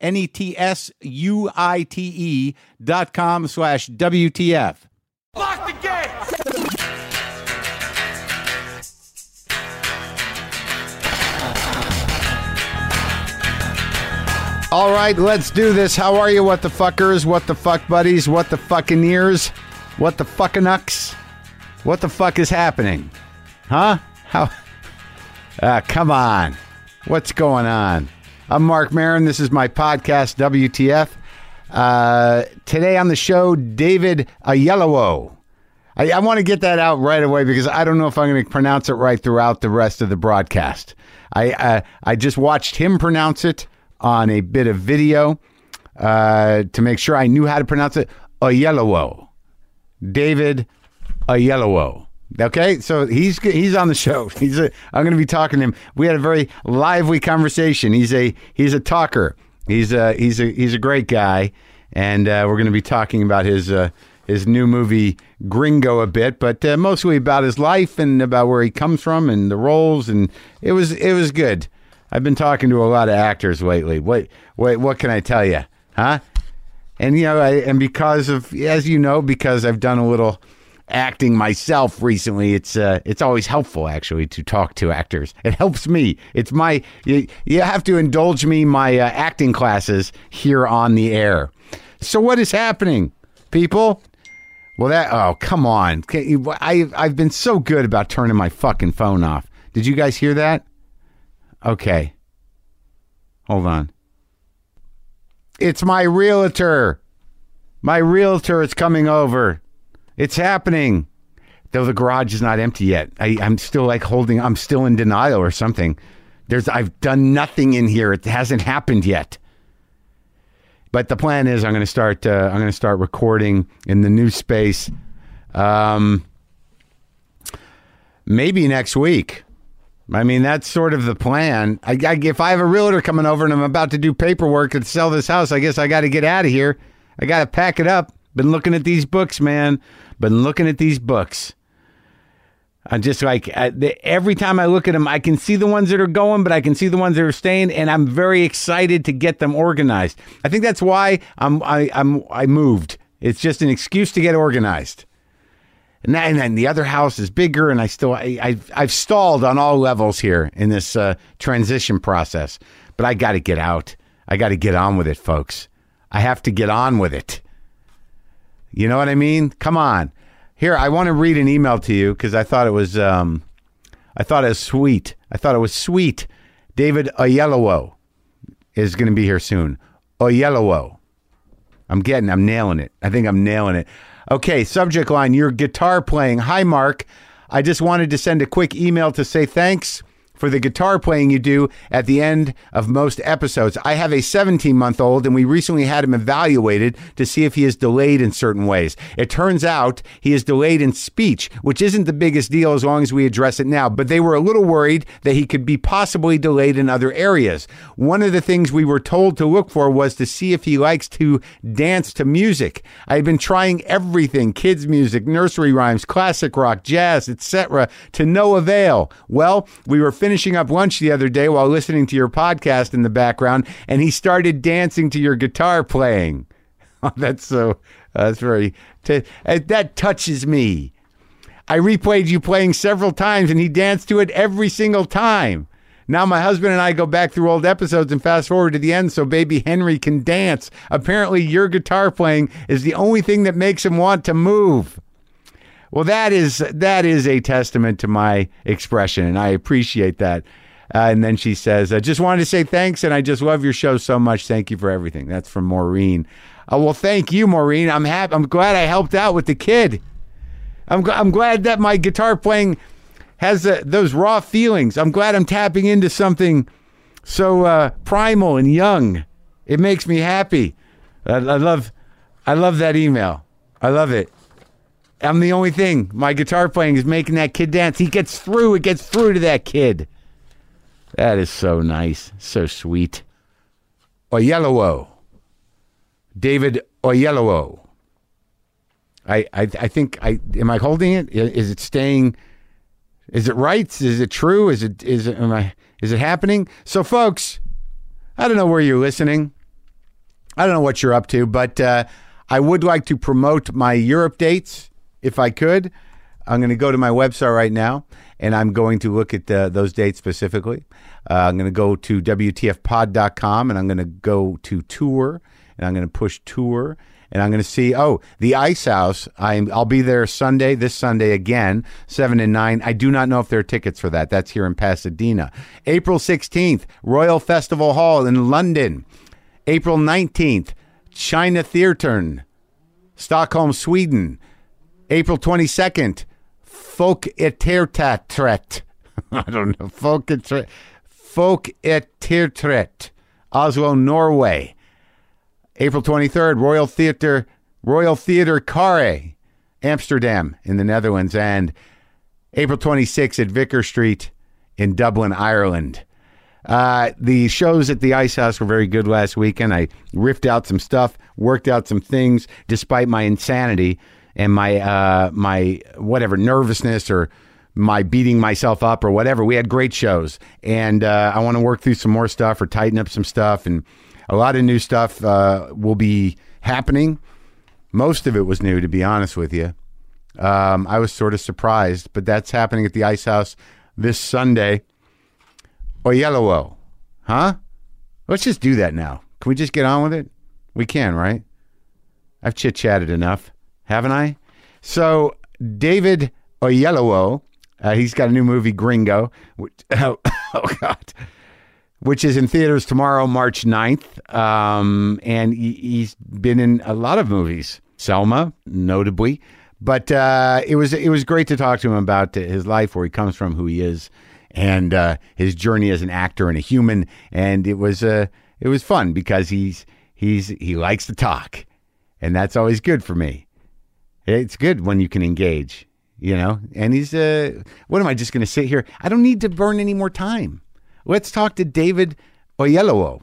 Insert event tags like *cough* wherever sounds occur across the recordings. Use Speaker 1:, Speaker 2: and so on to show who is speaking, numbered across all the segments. Speaker 1: N E T S U I T E dot com slash WTF.
Speaker 2: Lock the gate!
Speaker 1: All right, let's do this. How are you, what the fuckers, what the fuck buddies, what the fucking ears, what the fucking ucks? What the fuck is happening? Huh? How? Ah, come on. What's going on? I'm Mark Marin. This is my podcast, WTF. Uh, today on the show, David Ayelowo. I, I want to get that out right away because I don't know if I'm going to pronounce it right throughout the rest of the broadcast. I uh, I just watched him pronounce it on a bit of video uh, to make sure I knew how to pronounce it. Ayelowo, David Ayelowo. Okay, so he's he's on the show. *laughs* He's a, I'm going to be talking to him. We had a very lively conversation. He's a he's a talker. He's a he's a he's a great guy, and uh, we're going to be talking about his uh, his new movie Gringo a bit, but uh, mostly about his life and about where he comes from and the roles. And it was it was good. I've been talking to a lot of actors lately. What what what can I tell you, huh? And you know, I, and because of as you know, because I've done a little acting myself recently, it's uh, it's always helpful actually to talk to actors. It helps me. It's my you, you have to indulge me my uh, acting classes here on the air. So what is happening, people? Well, that oh come on! Can you- I I've been so good about turning my fucking phone off. Did you guys hear that? Okay. Hold on. It's my realtor. My realtor is coming over. It's happening. Though the garage is not empty yet. I, I'm still like holding, I'm still in denial or something. There's, I've done nothing in here. It hasn't happened yet. But the plan is I'm going to start, uh, I'm going to start recording in the new space. Um, maybe next week. I mean, that's sort of the plan. I, I, if I have a realtor coming over and I'm about to do paperwork and sell this house, I guess I got to get out of here. I got to pack it up. Been looking at these books, man. Been looking at these books. I'm just like I, the, every time I look at them, I can see the ones that are going, but I can see the ones that are staying, and I'm very excited to get them organized. I think that's why I'm I, I'm I moved. It's just an excuse to get organized. And then, and then the other house is bigger, and I still I, I've I've stalled on all levels here in this uh, transition process. But I got to get out. I got to get on with it, folks. I have to get on with it. You know what I mean? Come on. Here, I want to read an email to you because I thought it was um, I thought it was sweet. I thought it was sweet. David Oyelowo is going to be here soon. Oyelowo. I'm getting, I'm nailing it. I think I'm nailing it. Okay, subject line your guitar playing. Hi, Mark. I just wanted to send a quick email to say thanks for the guitar playing you do at the end of most episodes. I have a 17 month old, and we recently had him evaluated to see if he is delayed in certain ways. It turns out he is delayed in speech, which isn't the biggest deal as long as we address it now, but they were a little worried that he could be possibly delayed in other areas. One of the things we were told to look for was to see if he likes to dance to music. I had been trying everything kids' music, nursery rhymes, classic rock, jazz, etc., to no avail. Well, we were finishing up lunch the other day while listening to your podcast in the background, and he started dancing to your guitar playing. *laughs* that's so, that's very, t- that touches me. I replayed you playing several times and he danced to it every single time. Now my husband and I go back through old episodes and fast forward to the end so baby Henry can dance. Apparently, your guitar playing is the only thing that makes him want to move. Well, that is that is a testament to my expression, and I appreciate that. Uh, and then she says, "I just wanted to say thanks, and I just love your show so much. Thank you for everything." That's from Maureen. Uh, well, thank you, Maureen. I'm happy. I'm glad I helped out with the kid. I'm gl- I'm glad that my guitar playing has uh, those raw feelings. I'm glad I'm tapping into something so uh, primal and young. It makes me happy. I, I love I love that email. I love it. I'm the only thing. My guitar playing is making that kid dance. He gets through. It gets through to that kid. That is so nice. So sweet. Oyelowo. David Oyelowo. I, I I think I am I holding it? I- Is it staying? Is it right? Is it true? Is it is it am I is it happening? So folks, I don't know where you're listening. I don't know what you're up to, but uh, I would like to promote my Europe dates if I could. I'm going to go to my website right now and I'm going to look at uh, those dates specifically. Uh, I'm going to go to WTFpod.com and I'm going to go to tour and I'm going to push tour and I'm going to see. Oh, the Ice House. I'm, I'll be there Sunday, this Sunday again, seven and nine. I do not know if there are tickets for that. That's here in Pasadena. April 16th, Royal Festival Hall in London. April 19th, China Theatern, Stockholm, Sweden. April 22nd, Folk Etertatret. *laughs* I don't know. Folk Etertatret. Folk Etertatret, Oslo, Norway. April 23rd, Royal Theater, Royal Theater Carre, Amsterdam in the Netherlands. And April 26th at Vicker Street in Dublin, Ireland. Uh, the shows at the Ice House were very good last weekend. I ripped out some stuff, worked out some things, despite my insanity and my uh, my whatever nervousness or my beating myself up or whatever. We had great shows, and uh, I want to work through some more stuff or tighten up some stuff, and a lot of new stuff uh, will be happening. Most of it was new, to be honest with you. Um, I was sort of surprised, but that's happening at the Ice House this Sunday. Oyelowo, Oh, huh? Let's just do that now. Can we just get on with it? We can, right? I've chit chatted enough, haven't I? So, David Oyelowo, uh, he's got a new movie, Gringo. Which, *laughs* oh, oh, God which is in theaters tomorrow, March 9th. Um, and he, he's been in a lot of movies, Selma, notably. But uh, it was it was great to talk to him about his life, where he comes from, who he is, and uh, his journey as an actor and a human. And it was uh, it was fun because he's he's he likes to talk, and that's always good for me. It's good when you can engage, you know. And he's, uh, what am I just going to sit here? I don't need to burn any more time. Let's talk to David Oyelowo,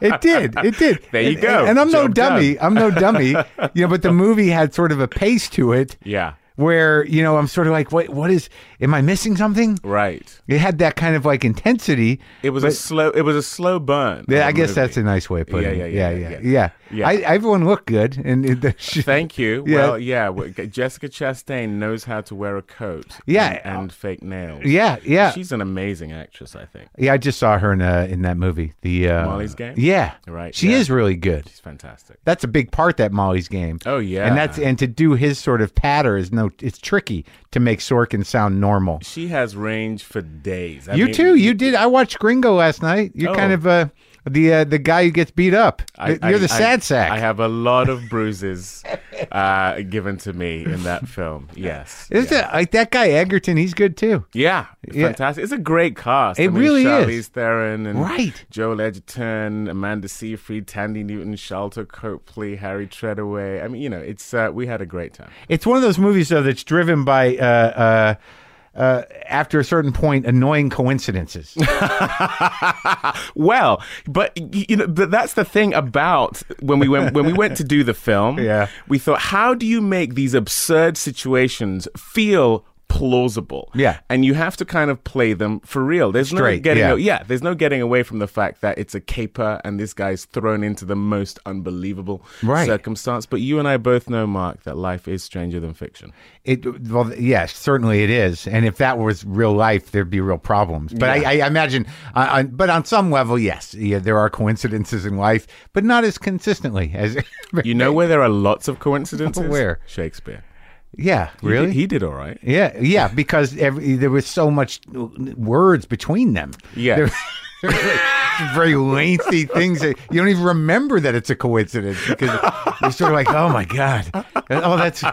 Speaker 1: It did. It did.
Speaker 3: *laughs* There you
Speaker 1: And-
Speaker 3: go.
Speaker 1: And, I'm no
Speaker 3: Job done. *laughs*
Speaker 1: dummy. I'm no dummy. You know, but the movie had sort of a pace to it.
Speaker 3: yeah.
Speaker 1: where you know I'm sort of like, wait, what is? Am I missing something?
Speaker 3: Right.
Speaker 1: It had that kind of like intensity.
Speaker 3: It was a slow. It was a slow burn.
Speaker 1: Yeah,
Speaker 3: of
Speaker 1: I
Speaker 3: a
Speaker 1: guess that's a *laughs*
Speaker 3: movie.
Speaker 1: nice way of putting
Speaker 3: Yeah,
Speaker 1: it. Yeah,
Speaker 3: yeah,
Speaker 1: yeah,
Speaker 3: yeah, yeah,
Speaker 1: yeah.
Speaker 3: yeah.
Speaker 1: I, everyone looked good, and it, the
Speaker 3: *laughs*
Speaker 1: sh-
Speaker 3: Thank you.
Speaker 1: Yeah.
Speaker 3: Well, yeah. w- Jessica Chastain knows how to wear a coat.
Speaker 1: Yeah.
Speaker 3: And, and fake nails.
Speaker 1: yeah, yeah,
Speaker 3: She's an amazing actress, I think.
Speaker 1: yeah. I just saw her in uh, in that movie, the uh,
Speaker 3: Molly's Game?
Speaker 1: Yeah,
Speaker 3: Right,
Speaker 1: She
Speaker 3: yeah.
Speaker 1: is really good.
Speaker 3: She's fantastic.
Speaker 1: That's a big part that Molly's Game.
Speaker 3: Oh, yeah.
Speaker 1: and that's and to do his sort of patter is no, it's tricky to make Sorkin sound normal.
Speaker 3: She has range for days. I
Speaker 1: you
Speaker 3: mean,
Speaker 1: too. You did. I watched Gringo last night. You're
Speaker 3: Oh.
Speaker 1: kind of uh, the uh, the guy who gets beat up.
Speaker 3: I-
Speaker 1: You're
Speaker 3: I-
Speaker 1: the
Speaker 3: I-
Speaker 1: sad sack.
Speaker 3: I have a lot of bruises uh, given to me in
Speaker 1: *laughs*
Speaker 3: that film. Yes.
Speaker 1: Isn't
Speaker 3: yeah.
Speaker 1: it like that guy Egerton? He's good too.
Speaker 3: Yeah,
Speaker 1: Yeah.
Speaker 3: fantastic. It's a great cast.
Speaker 1: It
Speaker 3: I mean,
Speaker 1: really
Speaker 3: Charlize
Speaker 1: is.
Speaker 3: Theron and
Speaker 1: Right.
Speaker 3: Joel Edgerton, Amanda Seyfried, Tandy Newton, Shelter Copley, Harry Treadaway. I mean, you know, it's uh, we had a great time.
Speaker 1: It's one of those movies though that's driven by uh, uh, uh, after a certain point annoying *laughs* coincidences.
Speaker 3: Well, but y- you know, but that's the thing about when we went when we went to do the film.
Speaker 1: *laughs* Yeah.
Speaker 3: we thought, how do you make these absurd situations feel? plausible
Speaker 1: Yeah.
Speaker 3: and you have to kind of play them for real there's
Speaker 1: Straight,
Speaker 3: no getting
Speaker 1: yeah.
Speaker 3: a- yeah there's no getting away from the fact that it's a caper and this guy's thrown into the most unbelievable
Speaker 1: Right.
Speaker 3: circumstance but you and i both know mark that life is stranger than fiction
Speaker 1: It well, yes, certainly it is. And if that was real life, there'd be real problems. But I, I imagine, uh, on, but on some level, yes, yeah, there are coincidences in life, but not as consistently as. *laughs*
Speaker 3: you know where there are lots of coincidences
Speaker 1: Where?
Speaker 3: shakespeare
Speaker 1: yeah,
Speaker 3: He did-
Speaker 1: really.
Speaker 3: he did all right
Speaker 1: yeah, yeah, because every, there was so much words between them. *laughs*
Speaker 3: Yeah.
Speaker 1: There- very lengthy things that you don't even remember that it's a coincidence because you're sort of like, oh my god, oh that's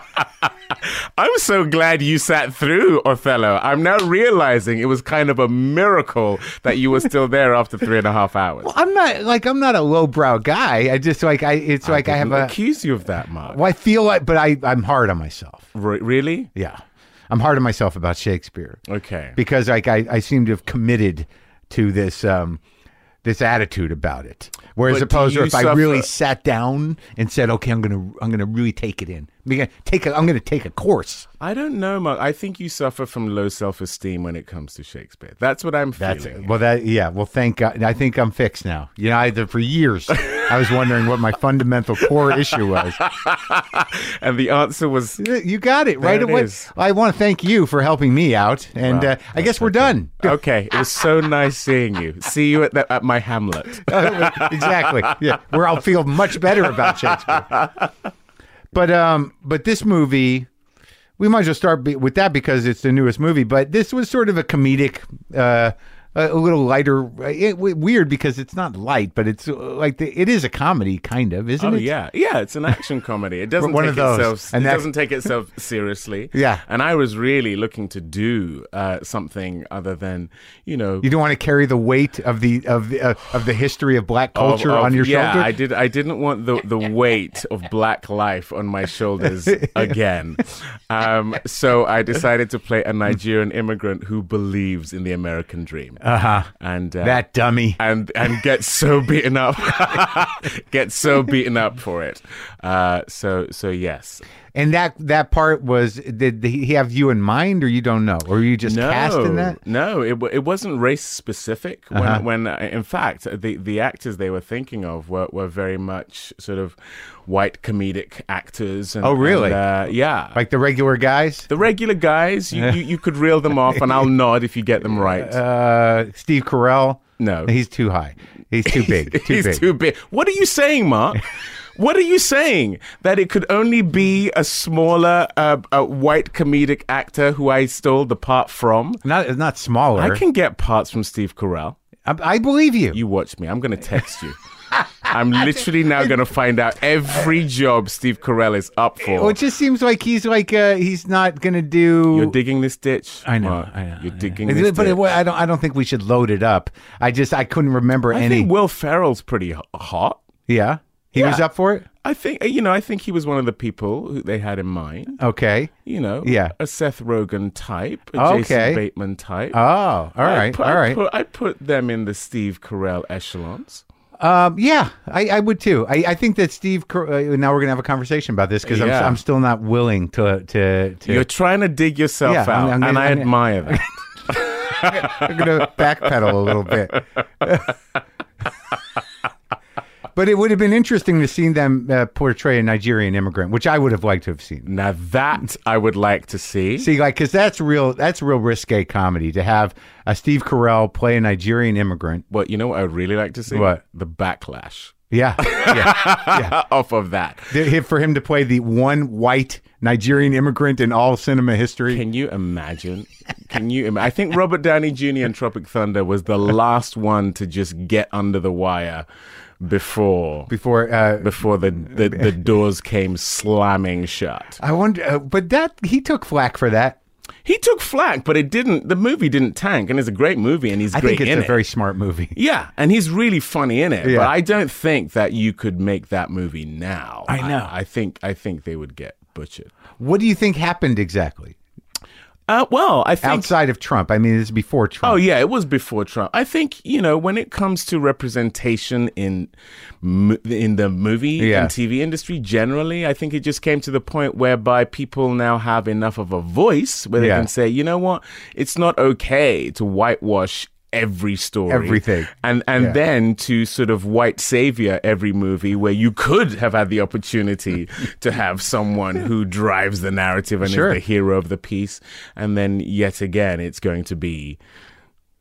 Speaker 3: I'm so glad you sat through Othello. I'm now realizing it was kind of a miracle that you were still there after three and a half hours.
Speaker 1: I'm not like I'm not a lowbrow guy. I just like I it's like I have
Speaker 3: Didn't
Speaker 1: a
Speaker 3: accuse you of that, Mark.
Speaker 1: well, I feel like but I I'm hard on myself.
Speaker 3: Re- really?
Speaker 1: Yeah. I'm hard on myself about Shakespeare
Speaker 3: Okay.
Speaker 1: because like I I seem to have committed to this um this attitude about it. Whereas
Speaker 3: But do
Speaker 1: opposed to
Speaker 3: you
Speaker 1: if I really
Speaker 3: suffer-
Speaker 1: sat down and said, "Okay, I'm going to I'm going to really take it in. I'm going to take a, I'm going to take a course."
Speaker 3: I don't know, Mark. I think you suffer from low self-esteem when it comes to Shakespeare. That's what I'm
Speaker 1: That's
Speaker 3: feeling.
Speaker 1: well that yeah, well thank God. I think I'm fixed now. You know, I for
Speaker 3: *laughs*
Speaker 1: years I was wondering what my fundamental core issue was.
Speaker 3: And the answer was
Speaker 1: You got it right
Speaker 3: it
Speaker 1: away.
Speaker 3: is.
Speaker 1: I want to thank you for helping me out, and uh, I guess we're done.
Speaker 3: okay. It was so nice seeing you. See you at the, at my Hamlet.
Speaker 1: exactly. Yeah, where I'll feel much better about Shakespeare. But um, but this movie, we might as well start be- with that because it's the newest movie. But this was sort of a comedic, uh, a, a little lighter. uh, It, w- weird because it's not light, but it's uh, like the, it is a comedy, kind of, isn't
Speaker 3: Oh
Speaker 1: it?
Speaker 3: yeah, yeah. It's an action comedy. It
Speaker 1: *laughs*
Speaker 3: doesn't
Speaker 1: One
Speaker 3: take
Speaker 1: of those.
Speaker 3: itself.
Speaker 1: And
Speaker 3: it
Speaker 1: that-
Speaker 3: doesn't take itself seriously.
Speaker 1: *laughs* Yeah.
Speaker 3: And I was really looking to do uh, something other than you know
Speaker 1: You don't want to carry the weight of the of the uh, of the history of black
Speaker 3: of-
Speaker 1: culture
Speaker 3: of-
Speaker 1: on your
Speaker 3: yeah,
Speaker 1: shoulder.
Speaker 3: I did. I didn't want the
Speaker 1: *laughs*
Speaker 3: the weight of black life on my shoulders again. Um, so I decided to play a Nigerian immigrant who believes in the American dream. Uh-huh. And, uh
Speaker 1: that dummy.
Speaker 3: and and get so beaten up, *laughs* get so beaten up for it. Uh, so so yes,
Speaker 1: And that that part was did he have you in mind, or you don't know, or you just cast in that? Uh-huh.
Speaker 3: No, it, wa- it wasn't race specific. When, when uh, in fact, the, the actors they were thinking of were, were very much sort of white comedic actors. And,
Speaker 1: Oh, really?
Speaker 3: and, uh, yeah.
Speaker 1: Like the regular guys,
Speaker 3: the regular guys, you, you, you could reel them off,
Speaker 1: *laughs*
Speaker 3: and I'll nod if you get them right.
Speaker 1: uh, Steve Carell.
Speaker 3: No.
Speaker 1: he's too high. He's too big. Too
Speaker 3: *laughs* He's
Speaker 1: big.
Speaker 3: too big. What are you saying,
Speaker 1: *laughs*
Speaker 3: Mark? what are you saying? That it could only be a smaller uh, a white comedic actor who I stole the part from?
Speaker 1: not not smaller.
Speaker 3: I
Speaker 1: I,
Speaker 3: can get parts from Steve Carell.
Speaker 1: I believe you.
Speaker 3: You watch me. I'm going to text you. I'm literally now going to find out every job Steve Carell is up
Speaker 1: Well,
Speaker 3: for.
Speaker 1: it just seems like he's like uh, he's not gonna do.
Speaker 3: You're digging this ditch.
Speaker 1: I know,
Speaker 3: Mark.
Speaker 1: I know.
Speaker 3: You're
Speaker 1: I know.
Speaker 3: digging
Speaker 1: But
Speaker 3: this ditch.
Speaker 1: it, wa- I don't. I don't think we should load it up. I just I couldn't remember
Speaker 3: I
Speaker 1: any.
Speaker 3: think Will Ferrell's pretty h- hot.
Speaker 1: yeah, he was
Speaker 3: Yeah.
Speaker 1: up for it.
Speaker 3: I think you know. I think he was one of the people who they had in mind.
Speaker 1: Okay.
Speaker 3: You know,
Speaker 1: Yeah.
Speaker 3: a Seth Rogen type, a
Speaker 1: Okay.
Speaker 3: Jason Bateman type.
Speaker 1: Oh, all right,
Speaker 3: I put,
Speaker 1: all
Speaker 3: I
Speaker 1: right.
Speaker 3: put, I put them in the Steve Carell echelons.
Speaker 1: Um, yeah, I, I would too. I, I think that Steve. Cor- Uh, now we're gonna have a conversation about this because
Speaker 3: Yeah.
Speaker 1: I'm, I'm still not willing to to. to
Speaker 3: You're trying to dig yourself
Speaker 1: Yeah, I'm-
Speaker 3: out,
Speaker 1: I'm gonna-
Speaker 3: and I
Speaker 1: I'm gonna-
Speaker 3: admire that.
Speaker 1: I'm gonna backpedal a little bit. *laughs* but it would have been interesting to see them uh, portray a Nigerian immigrant, which I would have liked to have seen.
Speaker 3: now that
Speaker 1: *laughs*
Speaker 3: I would like to see.
Speaker 1: See, like, because that's real. That's real risque comedy to have a Steve Carell play a Nigerian immigrant.
Speaker 3: But you know what I would really like to see?
Speaker 1: What?
Speaker 3: The backlash
Speaker 1: Yeah, *laughs* yeah. *laughs*
Speaker 3: *laughs* off of that.
Speaker 1: Th- For him to play the one white Nigerian immigrant in all cinema history.
Speaker 3: Can you imagine? Can you? Im- I think Robert Downey Jr. in Tropic Thunder was the last one to just get under the wire before
Speaker 1: Before uh,
Speaker 3: before the
Speaker 1: *laughs*
Speaker 3: the, the doors came slamming shut.
Speaker 1: I wonder, uh, but that he took flack for that.
Speaker 3: He took flack, but it didn't. The movie didn't tank, and it's a great movie, and he's
Speaker 1: I
Speaker 3: great
Speaker 1: think it's
Speaker 3: in
Speaker 1: a
Speaker 3: it.
Speaker 1: very smart movie.
Speaker 3: yeah, and he's really funny in it.
Speaker 1: Yeah.
Speaker 3: But I don't think that you could make that movie now.
Speaker 1: I know.
Speaker 3: I, I think I think they would get butchered.
Speaker 1: What do you think happened exactly
Speaker 3: Uh, well, I think
Speaker 1: outside of Trump? I mean, this is before Trump.
Speaker 3: Oh yeah, it was before Trump. I think you know when it comes to representation in mo- in the movie
Speaker 1: Yeah.
Speaker 3: and TV industry generally, I think it just came to the point whereby people now have enough of a voice where they
Speaker 1: Yeah.
Speaker 3: can say, you know what, it's not okay to whitewash every story,
Speaker 1: Everything.
Speaker 3: and and
Speaker 1: Yeah.
Speaker 3: then to sort of white savior every movie where you could have had the
Speaker 1: *laughs*
Speaker 3: opportunity to have someone who drives the narrative and
Speaker 1: Sure.
Speaker 3: is the hero of the piece, and then yet again it's going to be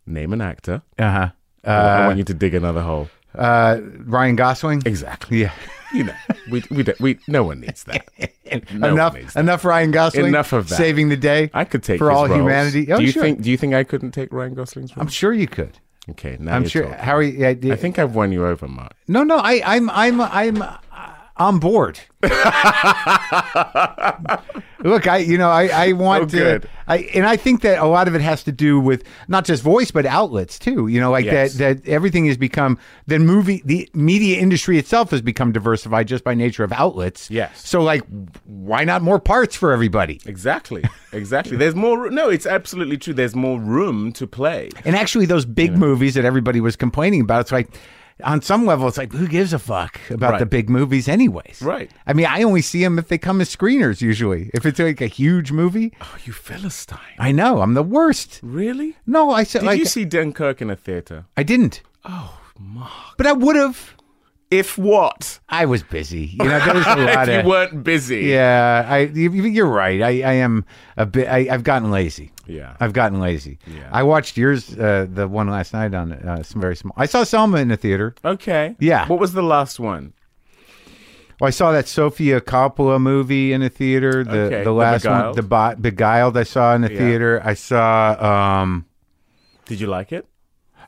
Speaker 3: name an actor.
Speaker 1: Uh-huh. Uh
Speaker 3: I want you to dig another hole.
Speaker 1: Uh Ryan Gosling.
Speaker 3: Exactly.
Speaker 1: Yeah.
Speaker 3: You know, we we don't, we no one needs
Speaker 1: *laughs*
Speaker 3: that. No one needs
Speaker 1: enough.
Speaker 3: that.
Speaker 1: Enough. Ryan Gosling.
Speaker 3: Enough of that.
Speaker 1: Saving the day.
Speaker 3: I could take
Speaker 1: for
Speaker 3: his
Speaker 1: all
Speaker 3: roles.
Speaker 1: humanity. Oh,
Speaker 3: do you
Speaker 1: sure.
Speaker 3: think? Do you think I couldn't take Ryan Gosling's role?
Speaker 1: I'm sure you could.
Speaker 3: okay, now
Speaker 1: I'm
Speaker 3: you're
Speaker 1: sure.
Speaker 3: talking.
Speaker 1: How are you? I,
Speaker 3: I think I've won you over, Mark.
Speaker 1: No, no. I, I'm. I'm. I'm. Uh, on
Speaker 3: *laughs*
Speaker 1: board. Look, I you know I I want
Speaker 3: Oh,
Speaker 1: to
Speaker 3: good.
Speaker 1: I and I think that a lot of it has to do with not just voice but outlets too. You know, like
Speaker 3: Yes.
Speaker 1: that that everything has become the movie the media industry itself has become diversified just by nature of outlets.
Speaker 3: Yes.
Speaker 1: So like, why not more parts for everybody?
Speaker 3: Exactly, exactly. There's more. No, it's absolutely true. There's more room to play.
Speaker 1: And actually, those big movies that everybody was complaining about, it's like, on some level, it's like, who gives a fuck about
Speaker 3: Right.
Speaker 1: the big movies, anyways?
Speaker 3: Right.
Speaker 1: I mean, I only see them if they come as screeners usually. If it's like a huge movie,
Speaker 3: Oh, you philistine!
Speaker 1: I know I'm the worst.
Speaker 3: Really?
Speaker 1: No, I said
Speaker 3: Did
Speaker 1: like
Speaker 3: you see Dunkirk in a theater?
Speaker 1: I didn't. Oh, Mark. But I would have.
Speaker 3: If what? *laughs*
Speaker 1: I was busy. You know, there's a lot
Speaker 3: if
Speaker 1: of.
Speaker 3: you weren't busy.
Speaker 1: Yeah, I you- you're right. I, I am a bit. I, I've gotten lazy.
Speaker 3: Yeah.
Speaker 1: I've gotten lazy.
Speaker 3: Yeah.
Speaker 1: I watched yours, uh, the one last night on uh, some very small. I saw Selma in the theater.
Speaker 3: Okay.
Speaker 1: Yeah.
Speaker 3: What was the last one?
Speaker 1: Well, I saw that Sofia Coppola movie in a theater. The
Speaker 3: Okay,
Speaker 1: the
Speaker 3: The
Speaker 1: last one,
Speaker 3: Beguiled.
Speaker 1: the Bi- Beguiled, I saw in a theater. I saw. um
Speaker 3: Did you like it?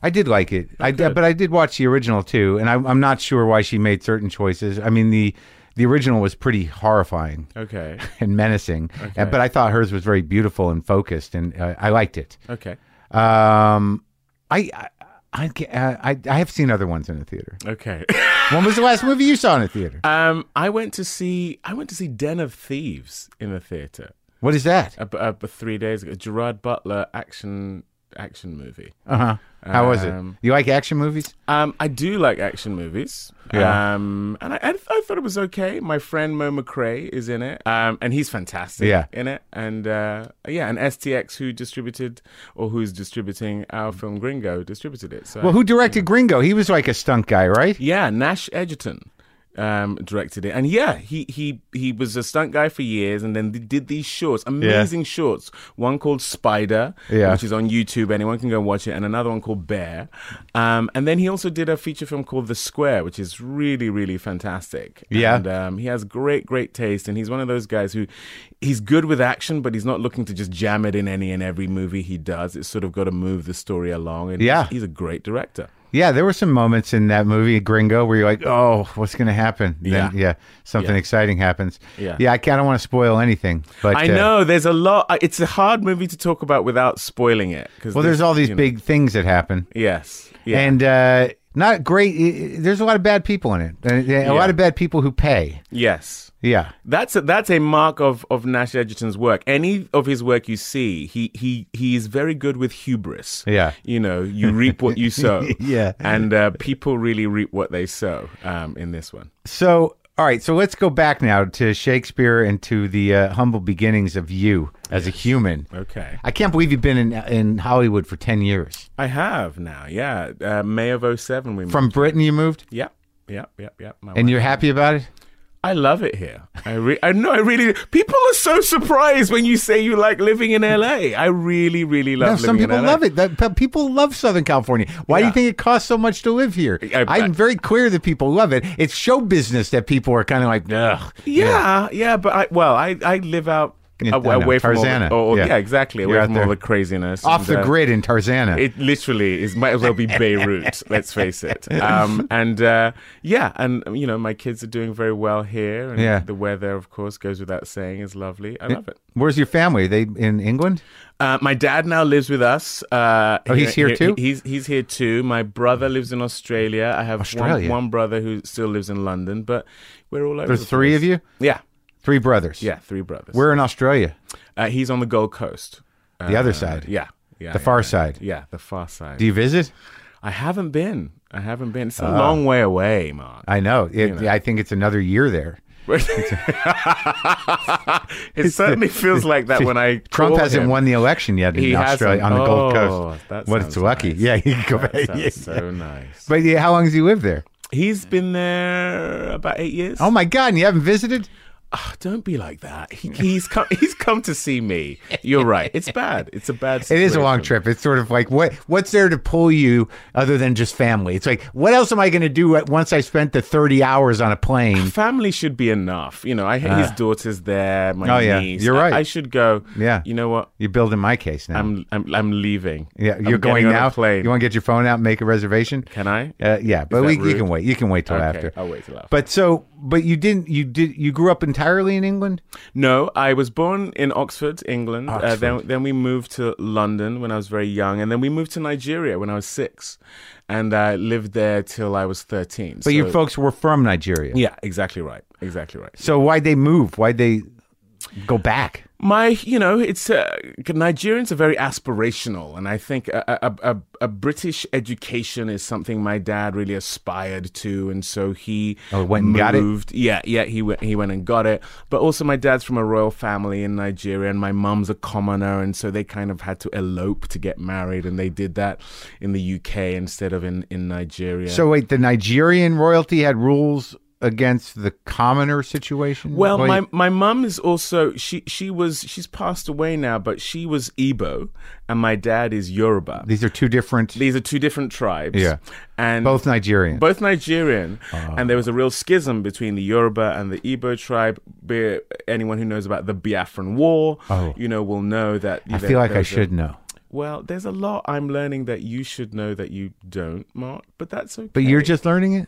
Speaker 1: I did like it.
Speaker 3: Oh,
Speaker 1: I did, but I did watch the original too, and I, I'm not sure why she made certain choices. I mean the the original was pretty horrifying *laughs*
Speaker 3: Okay.
Speaker 1: and menacing, uh, but I thought hers was very beautiful and focused, and uh, I liked it.
Speaker 3: Okay.
Speaker 1: Um, I. I I, ca- uh, I I have seen other ones in a theater.
Speaker 3: Okay. *laughs*
Speaker 1: When was the last movie you saw in a theater?
Speaker 3: um, I went to see I went to see Den of Thieves in the theater
Speaker 1: What is that?
Speaker 3: ab- ab- three days ago. Gerard Butler action action movie.
Speaker 1: Uh huh. How was it?
Speaker 3: Uh-huh. Um,
Speaker 1: You like action movies?
Speaker 3: Um, I do like action movies.
Speaker 1: Yeah.
Speaker 3: Um, and I, I, I thought it was okay. My friend Mo McRae is in it, um, and he's fantastic
Speaker 1: Yeah.
Speaker 3: in it. And uh, yeah, and STX, who distributed or who's distributing our film Gringo, distributed it. So
Speaker 1: Well, who directed Gringo? He was like a stunt guy, right?
Speaker 3: Yeah, Nash Edgerton um, directed it, and yeah, he he he was a stunt guy for years, and then they did these shorts, amazing shorts. One called Spider,
Speaker 1: Yeah.
Speaker 3: which is on YouTube. Anyone can go watch it, and another one called Bear. Um, and then he also did a feature film called The Square, which is really really fantastic.
Speaker 1: Yeah.
Speaker 3: And, um, he has great great taste, and he's one of those guys who he's good with action, but he's not looking to just jam it in any and every movie he does. It's sort of got to move the story along, and
Speaker 1: Yeah.
Speaker 3: he's, he's a great director.
Speaker 1: Yeah, there were some moments in that movie Gringo where you're like, "Oh, what's going to happen?" Then,
Speaker 3: Yeah.
Speaker 1: yeah, something
Speaker 3: Yeah.
Speaker 1: exciting happens.
Speaker 3: Yeah.
Speaker 1: yeah. I, ca- I don't want to spoil anything, but
Speaker 3: I
Speaker 1: uh,
Speaker 3: know there's a lot. I- It's a hard movie to talk about without spoiling it. Cause
Speaker 1: well, there's all these
Speaker 3: you know,
Speaker 1: big things that happen,
Speaker 3: yes, yeah,
Speaker 1: and uh, Not great. i- i- There's a lot of bad people in it. and- and A lot of bad people who pay.
Speaker 3: Yes.
Speaker 1: Yeah.
Speaker 3: That's a, that's a mark of of Nash Edgerton's work. Any of his work you see, he he he is very good with hubris.
Speaker 1: Yeah.
Speaker 3: you know, you reap what you sow.
Speaker 1: *laughs* Yeah.
Speaker 3: and uh, people really reap what they sow um, in this one.
Speaker 1: So, all right. So let's go back now to Shakespeare and to the uh, humble beginnings of you as a human.
Speaker 3: Okay,
Speaker 1: I can't believe you've been in in Hollywood for ten years.
Speaker 3: I have now. Yeah, uh, May of 07 We
Speaker 1: From Britain, you moved,
Speaker 3: yep. Yep, yep, yep. My
Speaker 1: and
Speaker 3: wife-
Speaker 1: you're happy about it.
Speaker 3: I love it here. I re- I know. I really. People are so surprised when you say you like living in LA. I really, really love.
Speaker 1: No,
Speaker 3: living
Speaker 1: some
Speaker 3: in
Speaker 1: people
Speaker 3: LA.
Speaker 1: love it. That, pe- people love Southern California. Why do you
Speaker 3: Yeah.
Speaker 1: think it costs so much to live here?
Speaker 3: I-
Speaker 1: I, am very clear that people love it. It's show business that people are kind of like, ugh.
Speaker 3: Yeah, yeah, but I well, I I live out
Speaker 1: Yeah,
Speaker 3: aw-
Speaker 1: I know,
Speaker 3: away from all the-
Speaker 1: Tarzana,
Speaker 3: or- or-
Speaker 1: yeah.
Speaker 3: yeah. exactly, away
Speaker 1: You're out
Speaker 3: from all
Speaker 1: there.
Speaker 3: the craziness.
Speaker 1: Off
Speaker 3: and,
Speaker 1: the
Speaker 3: uh,
Speaker 1: grid in Tarzana.
Speaker 3: It literally is might as well be
Speaker 1: *laughs*
Speaker 3: Beirut. let's face it. Um, and uh, yeah, and you know my kids are doing very well here, and
Speaker 1: Yeah.
Speaker 3: the weather, of course, goes without saying, is lovely. I love it.
Speaker 1: Where's your family? they in England?
Speaker 3: Uh, my dad now lives with us. Uh,
Speaker 1: Oh, he's here too?
Speaker 3: He's he's here too. My brother lives in Australia. I have one,
Speaker 1: Australia?
Speaker 3: one brother who still lives in London, but we're all over.
Speaker 1: There's
Speaker 3: the
Speaker 1: three
Speaker 3: place.
Speaker 1: of you?
Speaker 3: Yeah,
Speaker 1: Three brothers.
Speaker 3: yeah, three brothers.
Speaker 1: We're in Australia,
Speaker 3: Uh, he's on the Gold Coast. Uh,
Speaker 1: the other side,
Speaker 3: Yeah. Yeah.
Speaker 1: the
Speaker 3: yeah,
Speaker 1: far
Speaker 3: yeah.
Speaker 1: side.
Speaker 3: Yeah, the far side.
Speaker 1: Do you Ah. visit?
Speaker 3: I haven't been. I haven't been. It's a long way away,
Speaker 1: *laughs*
Speaker 3: Mark.
Speaker 1: I know. It, I think it's another year there.
Speaker 3: *laughs* it certainly feels like that when I
Speaker 1: Trump
Speaker 3: call
Speaker 1: hasn't
Speaker 3: him.
Speaker 1: won the election yet in
Speaker 3: He
Speaker 1: Australia on
Speaker 3: hasn't.
Speaker 1: the Gold
Speaker 3: Oh,
Speaker 1: Coast.
Speaker 3: that
Speaker 1: well,
Speaker 3: sounds
Speaker 1: it's lucky. *laughs*
Speaker 3: nice.
Speaker 1: Yeah, he can go
Speaker 3: That
Speaker 1: back.
Speaker 3: sounds
Speaker 1: Yeah.
Speaker 3: so nice.
Speaker 1: But yeah, how long has he lived there?
Speaker 3: He's been there about eight years.
Speaker 1: Oh my God! And you haven't visited?
Speaker 3: Ah, *sighs* don't be like that. He, he's come. *laughs* He's come to see me. You're right. It's bad. It's a bad.
Speaker 1: *laughs* It is a long
Speaker 3: situation.
Speaker 1: trip. It's sort of like what what's there to pull you other than just family? It's like what else am I going to do at- once I spent the thirty hours on a plane?
Speaker 3: family should be enough. You know, I his daughter's there, my
Speaker 1: Uh. Oh, yeah.
Speaker 3: niece.
Speaker 1: You're
Speaker 3: I-
Speaker 1: right.
Speaker 3: I, should go.
Speaker 1: Yeah.
Speaker 3: You know what?
Speaker 1: You're building my case now.
Speaker 3: I'm I'm I'm leaving.
Speaker 1: yeah,
Speaker 3: I'm
Speaker 1: you're going
Speaker 3: getting on a
Speaker 1: now.
Speaker 3: Plane.
Speaker 1: You want to get your phone out and make a reservation?
Speaker 3: Can I?
Speaker 1: Uh, yeah, but
Speaker 3: that
Speaker 1: we, you
Speaker 3: rude?
Speaker 1: can wait. You can wait till
Speaker 3: Okay,
Speaker 1: after.
Speaker 3: I'll wait till after.
Speaker 1: But so, but you didn't. You did. You grew up entirely in England.
Speaker 3: No, I was born in Oxford, England. Uh, then then we moved to London when I was very young, and then we moved to Nigeria when I was six, and I lived there till I was thirteen.
Speaker 1: But your folks were from Nigeria.
Speaker 3: yeah, exactly right. Exactly right.
Speaker 1: So why'd they move? Why'd they go back?
Speaker 3: my you know it's uh, nigerians are very aspirational and i think a, a, a, a british education is something my dad really aspired to and so he
Speaker 1: Oh, went and got it?
Speaker 3: moved yeah yeah he went he went and got it but also my dad's from a royal family in nigeria and my mum's a commoner and so they kind of had to elope to get married and they did that in the uk instead of in in nigeria
Speaker 1: So wait, the Nigerian royalty had rules against the commoner situation.
Speaker 3: Well,
Speaker 1: Wait,
Speaker 3: my my mum is also she she was she's passed away now, but she was Igbo, and my dad is Yoruba.
Speaker 1: these are two different,
Speaker 3: These are two different tribes.
Speaker 1: Yeah.
Speaker 3: and
Speaker 1: both Ah. Nigerian.
Speaker 3: both Nigerian, and there was a real schism between the Yoruba and the Igbo tribe. Be, anyone who knows about the Biafran War,
Speaker 1: Oh.
Speaker 3: you know, will know that.
Speaker 1: I feel like I
Speaker 3: there's a-
Speaker 1: should know,
Speaker 3: well, there's a lot I'm learning that you should know that you don't, Mark. But that's okay.
Speaker 1: but you're just learning it.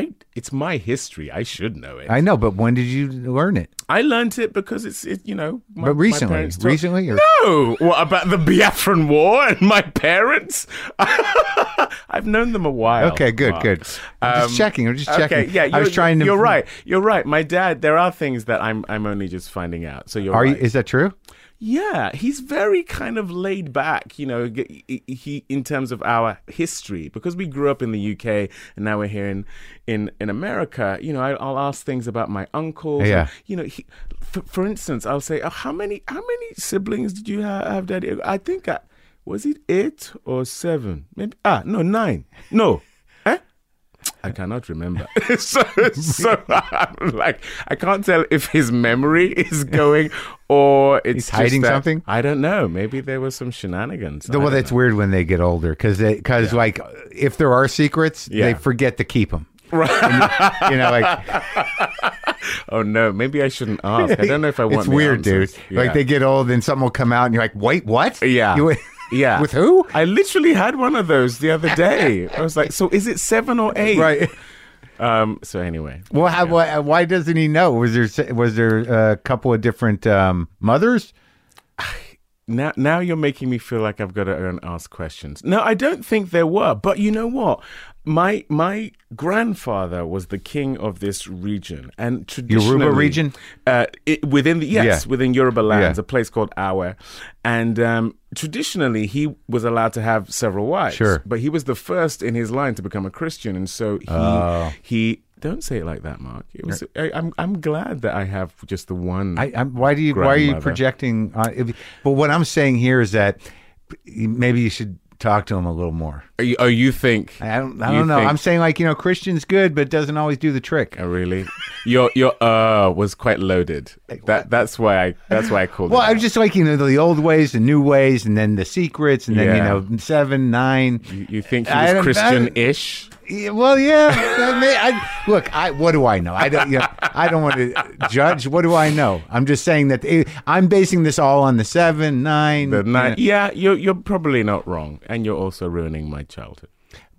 Speaker 3: I. It's my history. I should know it.
Speaker 1: I know, but when did you learn it?
Speaker 3: I learned it because it's it, you know. My,
Speaker 1: But
Speaker 3: my
Speaker 1: recently,
Speaker 3: parents taught-
Speaker 1: recently, or
Speaker 3: No, Oh, what about the Biafran War and my parents? *laughs* I've known them a while.
Speaker 1: okay, good,
Speaker 3: Mark.
Speaker 1: good. I'm just checking. I'm just checking.
Speaker 3: Um, Okay, yeah,
Speaker 1: I was
Speaker 3: you're-
Speaker 1: trying to.
Speaker 3: You're right. You're right. My dad. There are things that I'm. I'm only just finding out. So you're
Speaker 1: Are you?
Speaker 3: right.
Speaker 1: Is that true?
Speaker 3: yeah, he's very kind of laid back. You know, g- he- he in terms of our history because we grew up in the UK and now we're here in in in America. You know, I, I'll ask things about my uncles. and,
Speaker 1: Yeah.
Speaker 3: you know, he, for, for instance, I'll say, oh, how many how many siblings did you have, have Daddy? I think I was it eight or seven. Maybe ah no nine no. Eh? I cannot remember. *laughs* so, so I'm like, I can't tell if his memory *laughs* is going or it's
Speaker 1: He's hiding
Speaker 3: just that-
Speaker 1: something?
Speaker 3: I don't know. Maybe there was some shenanigans.
Speaker 1: The,
Speaker 3: I
Speaker 1: well,
Speaker 3: don't
Speaker 1: that's weird when they get older because because like if there are secrets, they
Speaker 3: Yeah.
Speaker 1: forget to keep them. Right. You know, like
Speaker 3: know. oh no, maybe
Speaker 1: *laughs*
Speaker 3: I shouldn't ask. I don't know if I want.
Speaker 1: it's
Speaker 3: the
Speaker 1: weird,
Speaker 3: answers.
Speaker 1: dude.
Speaker 3: Yeah.
Speaker 1: Like they get old and something will come out and you're like, wait, what?
Speaker 3: Yeah.
Speaker 1: You-
Speaker 3: *laughs*
Speaker 1: *laughs*
Speaker 3: yeah.
Speaker 1: With who?
Speaker 3: I literally had one of those the other day.
Speaker 1: *laughs*
Speaker 3: I was like, so is it seven or eight?
Speaker 1: Right.
Speaker 3: Um. So anyway.
Speaker 1: *laughs* Well, how, why, why doesn't he know? Was there was there a couple of different um, mothers?
Speaker 3: now now you're making me feel like I've got to go and ask questions. No, I don't think there were, but you know what? My my grandfather was the king of this region, and traditionally,
Speaker 1: region?
Speaker 3: uh, it, within the yes,
Speaker 1: Yeah.
Speaker 3: within Yoruba lands,
Speaker 1: Yeah.
Speaker 3: a place called Awe, and um, traditionally he was allowed to have several wives.
Speaker 1: Sure.
Speaker 3: but he was the first in his line to become a Christian, and so he
Speaker 1: Oh.
Speaker 3: he. Don't say it like that, Mark. It was. I, I'm. I'm glad that I have just the one.
Speaker 1: I, I'm, why do you why are you
Speaker 3: Grandmother.
Speaker 1: projecting? On, if, but what I'm saying here is that maybe you should talk to him a little more.
Speaker 3: oh, you- oh, you think?
Speaker 1: I don't I
Speaker 3: you
Speaker 1: don't know.
Speaker 3: think-
Speaker 1: I'm saying like you know Christian's good, but doesn't always do the trick.
Speaker 3: Oh, really? Your your uh was quite loaded. That that's why I that's why I called
Speaker 1: Well,
Speaker 3: it.
Speaker 1: I
Speaker 3: out.
Speaker 1: was just like you know the old ways, the new ways, and then the secrets, and then
Speaker 3: Yeah.
Speaker 1: you know seven, nine.
Speaker 3: you, you think he
Speaker 1: I
Speaker 3: was
Speaker 1: don't-
Speaker 3: Christian-ish?
Speaker 1: Yeah, Well, yeah. I mean, I- look, I what do I know? I don't. You know, I don't want to judge. What do I know? I'm just saying that it, I'm basing this all on the seven, nine.
Speaker 3: The ni-
Speaker 1: you know.
Speaker 3: Mm, yeah, you're you're probably not wrong, and you're also ruining my childhood.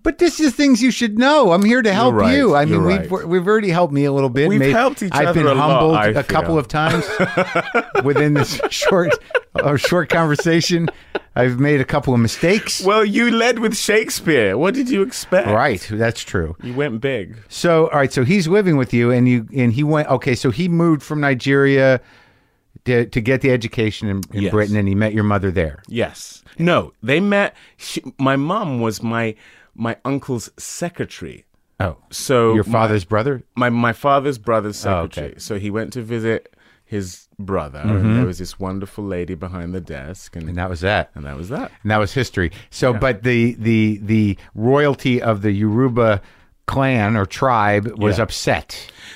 Speaker 1: But this is things you should know. I'm here to help
Speaker 3: right.
Speaker 1: you. I mean,
Speaker 3: You're
Speaker 1: we've
Speaker 3: right.
Speaker 1: we've already helped me a little bit.
Speaker 3: We've helped each
Speaker 1: I've
Speaker 3: other
Speaker 1: been
Speaker 3: a lot,
Speaker 1: humbled
Speaker 3: I
Speaker 1: a couple
Speaker 3: feel.
Speaker 1: of times *laughs* within
Speaker 3: *laughs*
Speaker 1: this short or short conversation. I've made a couple of mistakes.
Speaker 3: Well, you led with Shakespeare. What did you expect?
Speaker 1: right, that's true.
Speaker 3: You went big.
Speaker 1: So, all right, so he's living with you, and you and he went. Okay, so he moved from Nigeria to, to get the education in, in
Speaker 3: Yes.
Speaker 1: Britain, and he met your mother there.
Speaker 3: Yes. No, they met. She, my mom was my my uncle's secretary.
Speaker 1: Oh,
Speaker 3: So
Speaker 1: your
Speaker 3: my-
Speaker 1: father's brother.
Speaker 3: my my father's brother's
Speaker 1: okay.
Speaker 3: secretary. So he went to visit his brother, and there was this wonderful lady behind the desk, and
Speaker 1: And that was that.
Speaker 3: and that was that.
Speaker 1: and that was history. So, but the the the royalty of the Yoruba clan or tribe was
Speaker 3: Yeah.
Speaker 1: upset.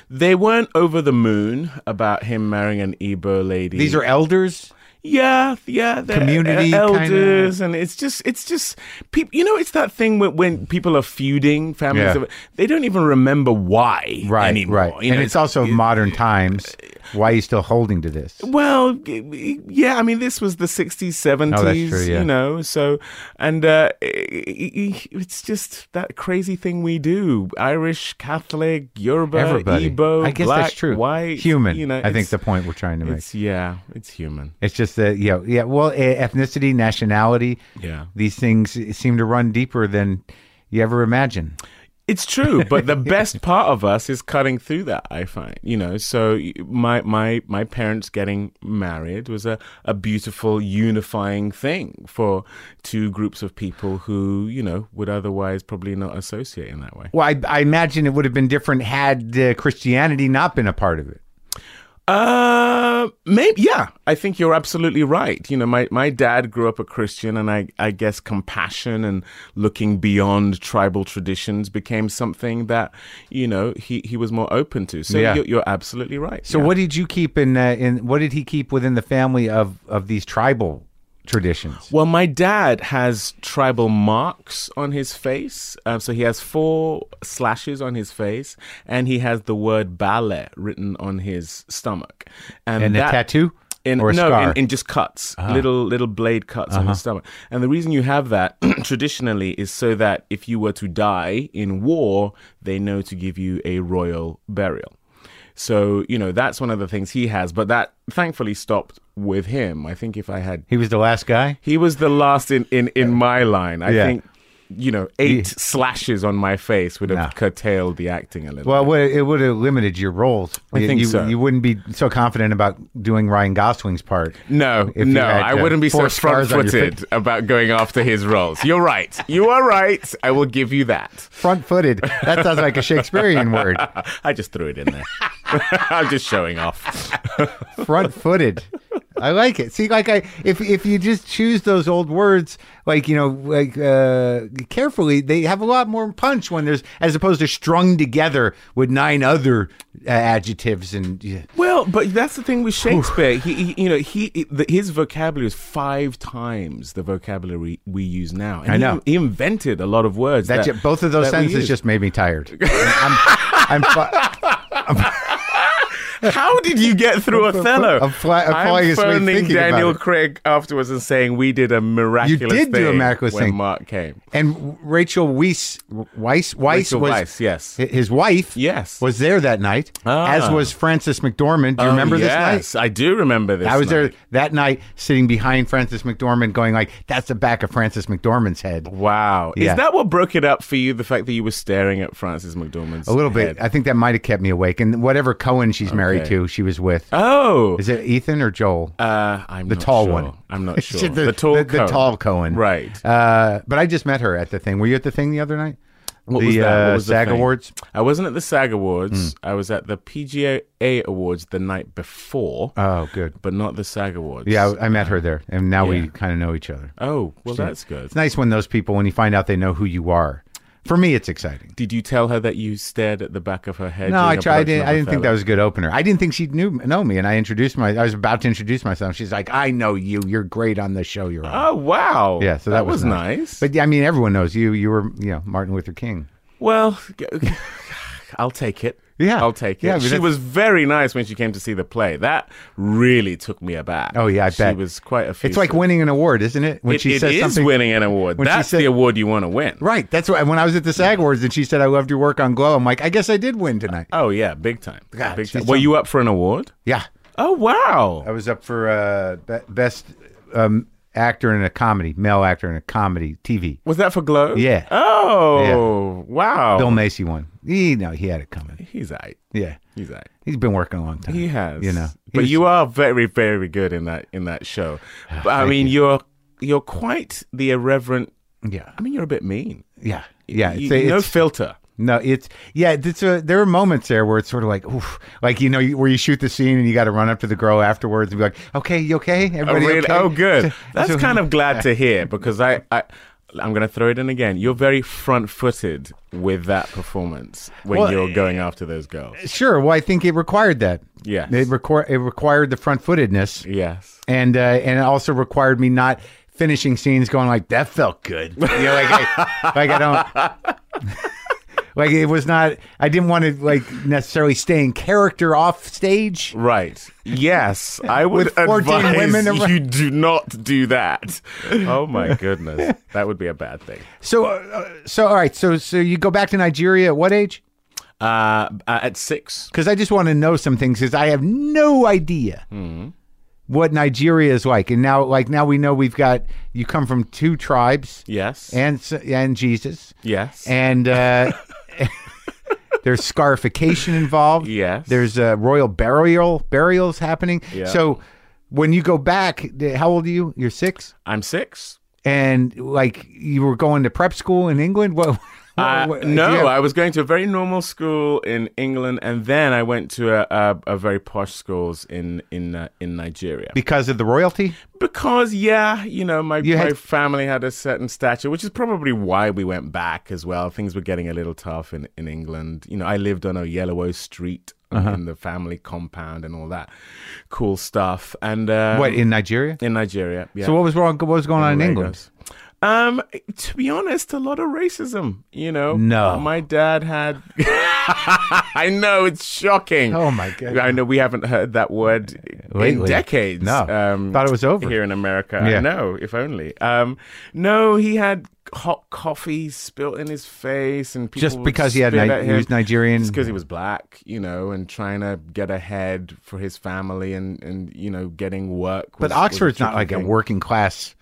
Speaker 3: They weren't over the moon about him marrying an Igbo lady.
Speaker 1: These are elders.
Speaker 3: yeah, yeah, they're
Speaker 1: Community
Speaker 3: e-
Speaker 1: kinda-
Speaker 3: elders, and it's just, it's just people. You know, it's that thing when, when people are feuding, families,
Speaker 1: Yeah.
Speaker 3: of they don't even remember why anymore.
Speaker 1: right.
Speaker 3: You know,
Speaker 1: and it's also modern times. Why are you still holding to this?
Speaker 3: Well, y- y- yeah, I mean, this was the 60s, 70s,
Speaker 1: Oh, that's true, yeah.
Speaker 3: you know, so, and uh, i- i- i- it's just that crazy thing we do Irish, Catholic, Yoruba,
Speaker 1: Everybody.
Speaker 3: Igbo,
Speaker 1: I guess
Speaker 3: black,
Speaker 1: that's true.
Speaker 3: white,
Speaker 1: human.
Speaker 3: You know,
Speaker 1: I think
Speaker 3: it's-
Speaker 1: the point we're trying to make.
Speaker 3: It's, yeah, it's human.
Speaker 1: It's just that you know, yeah. Well, eh, ethnicity, nationality.
Speaker 3: Yeah.
Speaker 1: These things seem to run deeper than you ever imagine.
Speaker 3: It's true, but the *laughs* best part of us is cutting through that. I find, you know. So y- my my my parents getting married was a a beautiful unifying thing for two groups of people who you know would otherwise probably not associate in that way.
Speaker 1: Well, I, I imagine it would have been different had uh, Christianity not been a part of it.
Speaker 3: Uh, maybe yeah. I think you're absolutely right. You know, my my dad grew up a Christian, and I I guess compassion and looking beyond tribal traditions became something that you know he he was more open to. So
Speaker 1: Yeah.
Speaker 3: you're, you're absolutely right.
Speaker 1: So
Speaker 3: yeah.
Speaker 1: what did you keep in uh, in what did he keep within the family of of these tribal traditions?
Speaker 3: Well, my dad has tribal marks on his face. Um, so he has four slashes on his face, and he has the word ballet written on his stomach.
Speaker 1: And a
Speaker 3: that-
Speaker 1: tattoo
Speaker 3: In,
Speaker 1: or a
Speaker 3: no,
Speaker 1: scar? Uh-huh.
Speaker 3: In, in just cuts, little little blade cuts on his stomach. And the reason you have that *clears throat* traditionally is so that if you were to die in war, they know to give you a royal burial. So you know that's one of the things he has, but that thankfully stopped with him. I think if I had
Speaker 1: He was the last guy.
Speaker 3: he was the last in in in my line. I
Speaker 1: Yeah.
Speaker 3: think you know eight slashes on my face would have
Speaker 1: Nah.
Speaker 3: curtailed the acting a little.
Speaker 1: Well, it would, it would have limited your roles. I you,
Speaker 3: think
Speaker 1: you,
Speaker 3: so.
Speaker 1: You wouldn't be so confident about doing Ryan Gosling's part.
Speaker 3: no,
Speaker 1: if you
Speaker 3: no,
Speaker 1: had,
Speaker 3: I
Speaker 1: uh,
Speaker 3: wouldn't be
Speaker 1: four
Speaker 3: so
Speaker 1: scars on your
Speaker 3: front-footed about going after his roles. You're right. You are right. I will give you
Speaker 1: *laughs*
Speaker 3: that.
Speaker 1: Front-footed. That sounds
Speaker 3: *laughs*
Speaker 1: like a Shakespearean word.
Speaker 3: I just threw it in
Speaker 1: *laughs*
Speaker 3: there. I'm just showing off.
Speaker 1: Front-footed. I like it. See, like I, if if you just choose those old words, like you know, like uh, carefully, they have a lot more punch when there's as opposed to strung together with nine other uh, adjectives and. Yeah.
Speaker 3: Well, but that's the thing with Shakespeare. He, he you know, he the, his vocabulary is five times the vocabulary we use now. And
Speaker 1: I know.
Speaker 3: he, he invented a lot of words.
Speaker 1: That,
Speaker 3: that-
Speaker 1: ju- both of those
Speaker 3: that we *laughs*
Speaker 1: sentences
Speaker 3: use.
Speaker 1: just made me tired. I'm, I'm, fu-
Speaker 3: *laughs* How did you
Speaker 1: *laughs*
Speaker 3: get through Othello?
Speaker 1: I'm fly- I'm falling asleep
Speaker 3: phoning
Speaker 1: thinking about
Speaker 3: Daniel
Speaker 1: it.
Speaker 3: Craig afterwards and saying we did a miraculous.
Speaker 1: did do a
Speaker 3: thing
Speaker 1: miraculous
Speaker 3: when
Speaker 1: thing.
Speaker 3: Mark came.
Speaker 1: And Rachel Weiss, Weiss, Weiss
Speaker 3: Rachel
Speaker 1: was
Speaker 3: Weiss, yes.
Speaker 1: hi- his wife.
Speaker 3: Yes.
Speaker 1: was there that night.
Speaker 3: Ah.
Speaker 1: As was Francis McDormand. Do you
Speaker 3: Oh,
Speaker 1: remember this night?
Speaker 3: yes, I do remember this.
Speaker 1: I was
Speaker 3: night.
Speaker 1: there that night, sitting behind Francis McDormand, going like, "That's the back of Francis McDormand's head."
Speaker 3: Wow.
Speaker 1: Yeah.
Speaker 3: Is that what broke it up for you? The fact that you were staring at Francis McDormand's
Speaker 1: A little bit. I think that might have kept me awake. And whatever Cohen she's married
Speaker 3: Okay.
Speaker 1: to, she was with.
Speaker 3: oh.
Speaker 1: Is it Ethan or Joel?
Speaker 3: uh, I'm the
Speaker 1: tall one. *laughs*
Speaker 3: I'm not sure.
Speaker 1: the,
Speaker 3: the, tall
Speaker 1: the, the
Speaker 3: Cohen.
Speaker 1: tall Cohen.
Speaker 3: Right.
Speaker 1: Uh, but I just met her at the thing. Were you at the thing the other night?
Speaker 3: What
Speaker 1: the
Speaker 3: was that? What
Speaker 1: Uh,
Speaker 3: was the
Speaker 1: SAG
Speaker 3: thing?
Speaker 1: Awards.
Speaker 3: I wasn't at the SAG Awards.
Speaker 1: Hmm.
Speaker 3: I was at the PGA Awards the night before,
Speaker 1: Oh, good.
Speaker 3: but not the SAG Awards.
Speaker 1: Yeah, I, I met her there, and now we
Speaker 3: Yeah.
Speaker 1: kind of know each other.
Speaker 3: Oh, well, that's good.
Speaker 1: It's nice when those people, when you find out they know who you are. For me, it's exciting.
Speaker 3: Did you tell her that you stared at the back of her head?
Speaker 1: No,
Speaker 3: during
Speaker 1: I
Speaker 3: a
Speaker 1: tried. I
Speaker 3: production
Speaker 1: didn't,
Speaker 3: of
Speaker 1: I didn't think that
Speaker 3: Othello?
Speaker 1: was a good opener. I didn't think she knew know me, and I introduced my. I was about to introduce myself. She's like, "I know you. You're great on the show you're on."
Speaker 3: Oh wow!
Speaker 1: yeah, so that,
Speaker 3: was nice.
Speaker 1: But yeah, I mean, everyone knows you. You were, you know, Martin Luther King.
Speaker 3: Well, g-
Speaker 1: *laughs*
Speaker 3: I'll take it.
Speaker 1: Yeah.
Speaker 3: I'll take it.
Speaker 1: Yeah, I mean,
Speaker 3: she
Speaker 1: that's-
Speaker 3: was very nice when she came to see the play. That really took me aback.
Speaker 1: Oh, yeah, I bet.
Speaker 3: she was quite a.
Speaker 1: It's like winning an award, isn't it? When
Speaker 3: it, it is winning an award.
Speaker 1: when she
Speaker 3: That's
Speaker 1: said-
Speaker 3: the award you want to win.
Speaker 1: Right. That's why when I was at the SAG Awards and she said, I loved your work on Glow, I'm like, I guess I did win tonight.
Speaker 3: Oh yeah, big time.
Speaker 1: God,
Speaker 3: big
Speaker 1: she's
Speaker 3: time. Were you up for an award?
Speaker 1: Yeah.
Speaker 3: Oh wow!
Speaker 1: I was up for uh, be- best um, actor in a comedy, male actor in a comedy, TV.
Speaker 3: Was that for Glow?
Speaker 1: Yeah.
Speaker 3: Oh wow!
Speaker 1: Bill Macy won. He, no, he had it coming.
Speaker 3: He's right.
Speaker 1: Yeah.
Speaker 3: He's right.
Speaker 1: He's been working a long time.
Speaker 3: He has.
Speaker 1: You know.
Speaker 3: but
Speaker 1: He's-
Speaker 3: you are very, very good in that in
Speaker 1: *sighs*
Speaker 3: that show. But I mean, you. are you're quite the irreverent.
Speaker 1: Yeah.
Speaker 3: I mean, you're a bit mean.
Speaker 1: Yeah. Yeah.
Speaker 3: You-
Speaker 1: It's, a-
Speaker 3: no
Speaker 1: it's-
Speaker 3: filter.
Speaker 1: No, it's yeah. It's a, there are moments there where it's sort of like, oof, like you know, you- where you shoot the scene and you got to run up to the girl afterwards and be like, "Okay, you okay?
Speaker 3: Oh,
Speaker 1: Everybody
Speaker 3: really?
Speaker 1: okay?"
Speaker 3: oh good.
Speaker 1: *laughs* So-
Speaker 3: That's
Speaker 1: so-
Speaker 3: kind of glad to hear because I, I I'm going to throw it in again. You're very front-footed with that performance when
Speaker 1: Well, eh,
Speaker 3: you're going after those girls.
Speaker 1: sure. Well, I think it required that.
Speaker 3: Yes.
Speaker 1: it required it required the front footedness,
Speaker 3: Yes.
Speaker 1: and uh, and it also required me not finishing scenes going like that felt good. You know, like I, *laughs* like I don't. *laughs* Like it was not. I didn't want to like necessarily stay in character off stage.
Speaker 3: Right. Yes, I would
Speaker 1: *laughs* With 14
Speaker 3: advise
Speaker 1: women around-
Speaker 3: you do not do that. Oh
Speaker 1: *laughs*
Speaker 3: my goodness, that would be a bad thing.
Speaker 1: So, uh, so all right. So, so you go back to Nigeria at what age?
Speaker 3: Uh, at six,
Speaker 1: because I just want to know some things because I have no idea
Speaker 3: Mm-hmm.
Speaker 1: what Nigeria is like. And now, like now, we know we've got you come from two tribes,
Speaker 3: yes,
Speaker 1: and s- and Jesus,
Speaker 3: yes,
Speaker 1: and uh, *laughs* there's scarification involved.
Speaker 3: Yes.
Speaker 1: there's uh, royal burial burials happening.
Speaker 3: Yeah.
Speaker 1: So when you go back, th- how old are you? You're six,
Speaker 3: I'm six.
Speaker 1: and like you were going to prep school in England. What? *laughs*
Speaker 3: Uh,
Speaker 1: what-
Speaker 3: no,
Speaker 1: do you have-
Speaker 3: I was going to a very normal school in England, and then I went to a, a, a very posh schools in in uh, in Nigeria
Speaker 1: because of the royalty.
Speaker 3: because, yeah, you know, my,
Speaker 1: You
Speaker 3: my
Speaker 1: had-
Speaker 3: family had a certain stature, which is probably why we went back as well. Things were getting a little tough in in England. You know, I lived on a yellow street
Speaker 1: Uh-huh.
Speaker 3: in the family compound and all that cool stuff. And um,
Speaker 1: What in Nigeria?
Speaker 3: in Nigeria? Yeah.
Speaker 1: So what was wrong? What was going on in England?
Speaker 3: Lagos. Um, to be honest, a lot of racism. You know, Uh,
Speaker 1: No.
Speaker 3: my dad had. *laughs* I know it's shocking.
Speaker 1: Oh, my God.
Speaker 3: I know we haven't heard that word in
Speaker 1: Lately.
Speaker 3: decades. um,
Speaker 1: No. Thought it was over.
Speaker 3: here in America.
Speaker 1: Yeah.
Speaker 3: I know, if only. Um, no, he had hot coffee spilt in his face, and people
Speaker 1: Just
Speaker 3: would
Speaker 1: because he had
Speaker 3: spit
Speaker 1: Ni-
Speaker 3: at
Speaker 1: he
Speaker 3: him.
Speaker 1: was Nigerian.
Speaker 3: Just because he was black, you know, and trying to get ahead for his family, and and you know, getting work.
Speaker 1: But
Speaker 3: was- was a
Speaker 1: Oxford's not
Speaker 3: tricky
Speaker 1: like
Speaker 3: thing.
Speaker 1: a working class.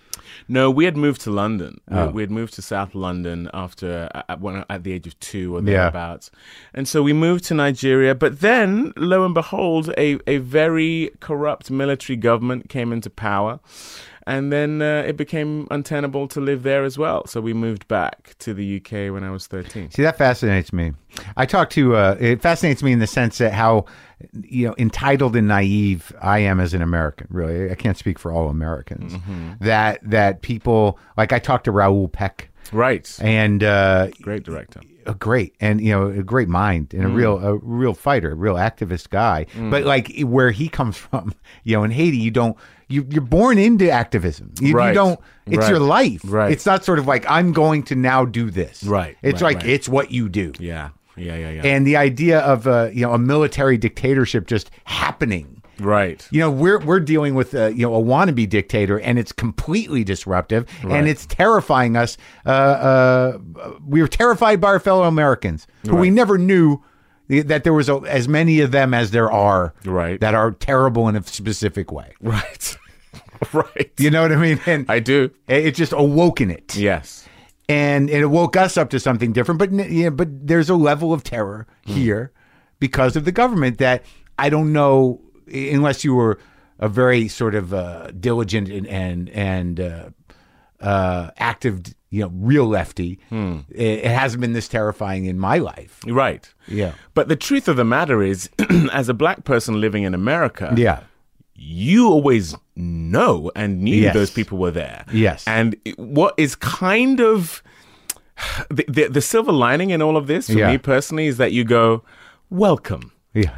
Speaker 3: No, we had moved to London. We-
Speaker 1: Oh.
Speaker 3: We had moved to South London after at, when, at the age of two or
Speaker 1: Yeah.
Speaker 3: thereabouts, and so we moved to Nigeria. But then, lo and behold, a a very corrupt military government came into power, and then uh, it became untenable to live there as well. So we moved back to the UK when I was thirteen.
Speaker 1: See, that fascinates me. I talk to, uh, it fascinates me in the sense that how, you know, entitled and naive I am as an American, really. I can't speak for all Americans.
Speaker 3: Mm-hmm.
Speaker 1: That, that people, like I talked to Raoul Peck
Speaker 3: Right,
Speaker 1: and, uh,
Speaker 3: great director.
Speaker 1: a great and you know a great mind and a real
Speaker 3: Mm.
Speaker 1: a real fighter, a real activist guy. But like where he comes *laughs* from, you know, in Haiti, you don't you you're born into activism. You, you
Speaker 3: Right.
Speaker 1: don't. It's
Speaker 3: Right.
Speaker 1: your life.
Speaker 3: Right.
Speaker 1: It's not sort of like I'm going to now do this.
Speaker 3: Right.
Speaker 1: It's
Speaker 3: Right,
Speaker 1: like
Speaker 3: right.
Speaker 1: it's what you do.
Speaker 3: Yeah. Yeah, yeah, yeah.
Speaker 1: and the idea of a you know a military dictatorship just happening.
Speaker 3: right. *laughs*
Speaker 1: You know, we're we're dealing with a, you know a wannabe dictator, and it's completely disruptive, and it's terrifying us. Uh, uh, we were terrified by our fellow Americans, who we never knew that there was a, as many of them as there are
Speaker 3: Right.
Speaker 1: that are terrible in a specific way.
Speaker 3: Right. right.
Speaker 1: You know what I mean? And
Speaker 3: I do.
Speaker 1: it it just awoken it,
Speaker 3: Yes.
Speaker 1: and it woke us up to something different. But n- yeah, but there's a level of terror here because of the government that I don't know i- unless you were a very sort of uh, diligent and and and uh, uh, active, you know, real lefty. It, it hasn't been this terrifying in my life.
Speaker 3: Right.
Speaker 1: Yeah.
Speaker 3: But the truth of the matter is, *clears throat* as a black person living in America,
Speaker 1: Yeah.
Speaker 3: you always know and knew
Speaker 1: Yes.
Speaker 3: those people were there.
Speaker 1: Yes.
Speaker 3: And it- what is kind of *sighs* the, the, the silver lining in all of this for
Speaker 1: Yeah.
Speaker 3: me personally is that you go,
Speaker 1: *laughs*
Speaker 3: welcome.
Speaker 1: Yeah.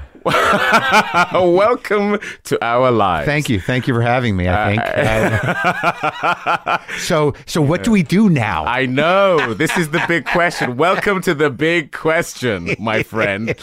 Speaker 3: welcome to our lives.
Speaker 1: Thank you. Thank you for having me. I think. Uh, *laughs* so so what do we do now?
Speaker 3: I know. This is the big question. Welcome to the big question, my friend.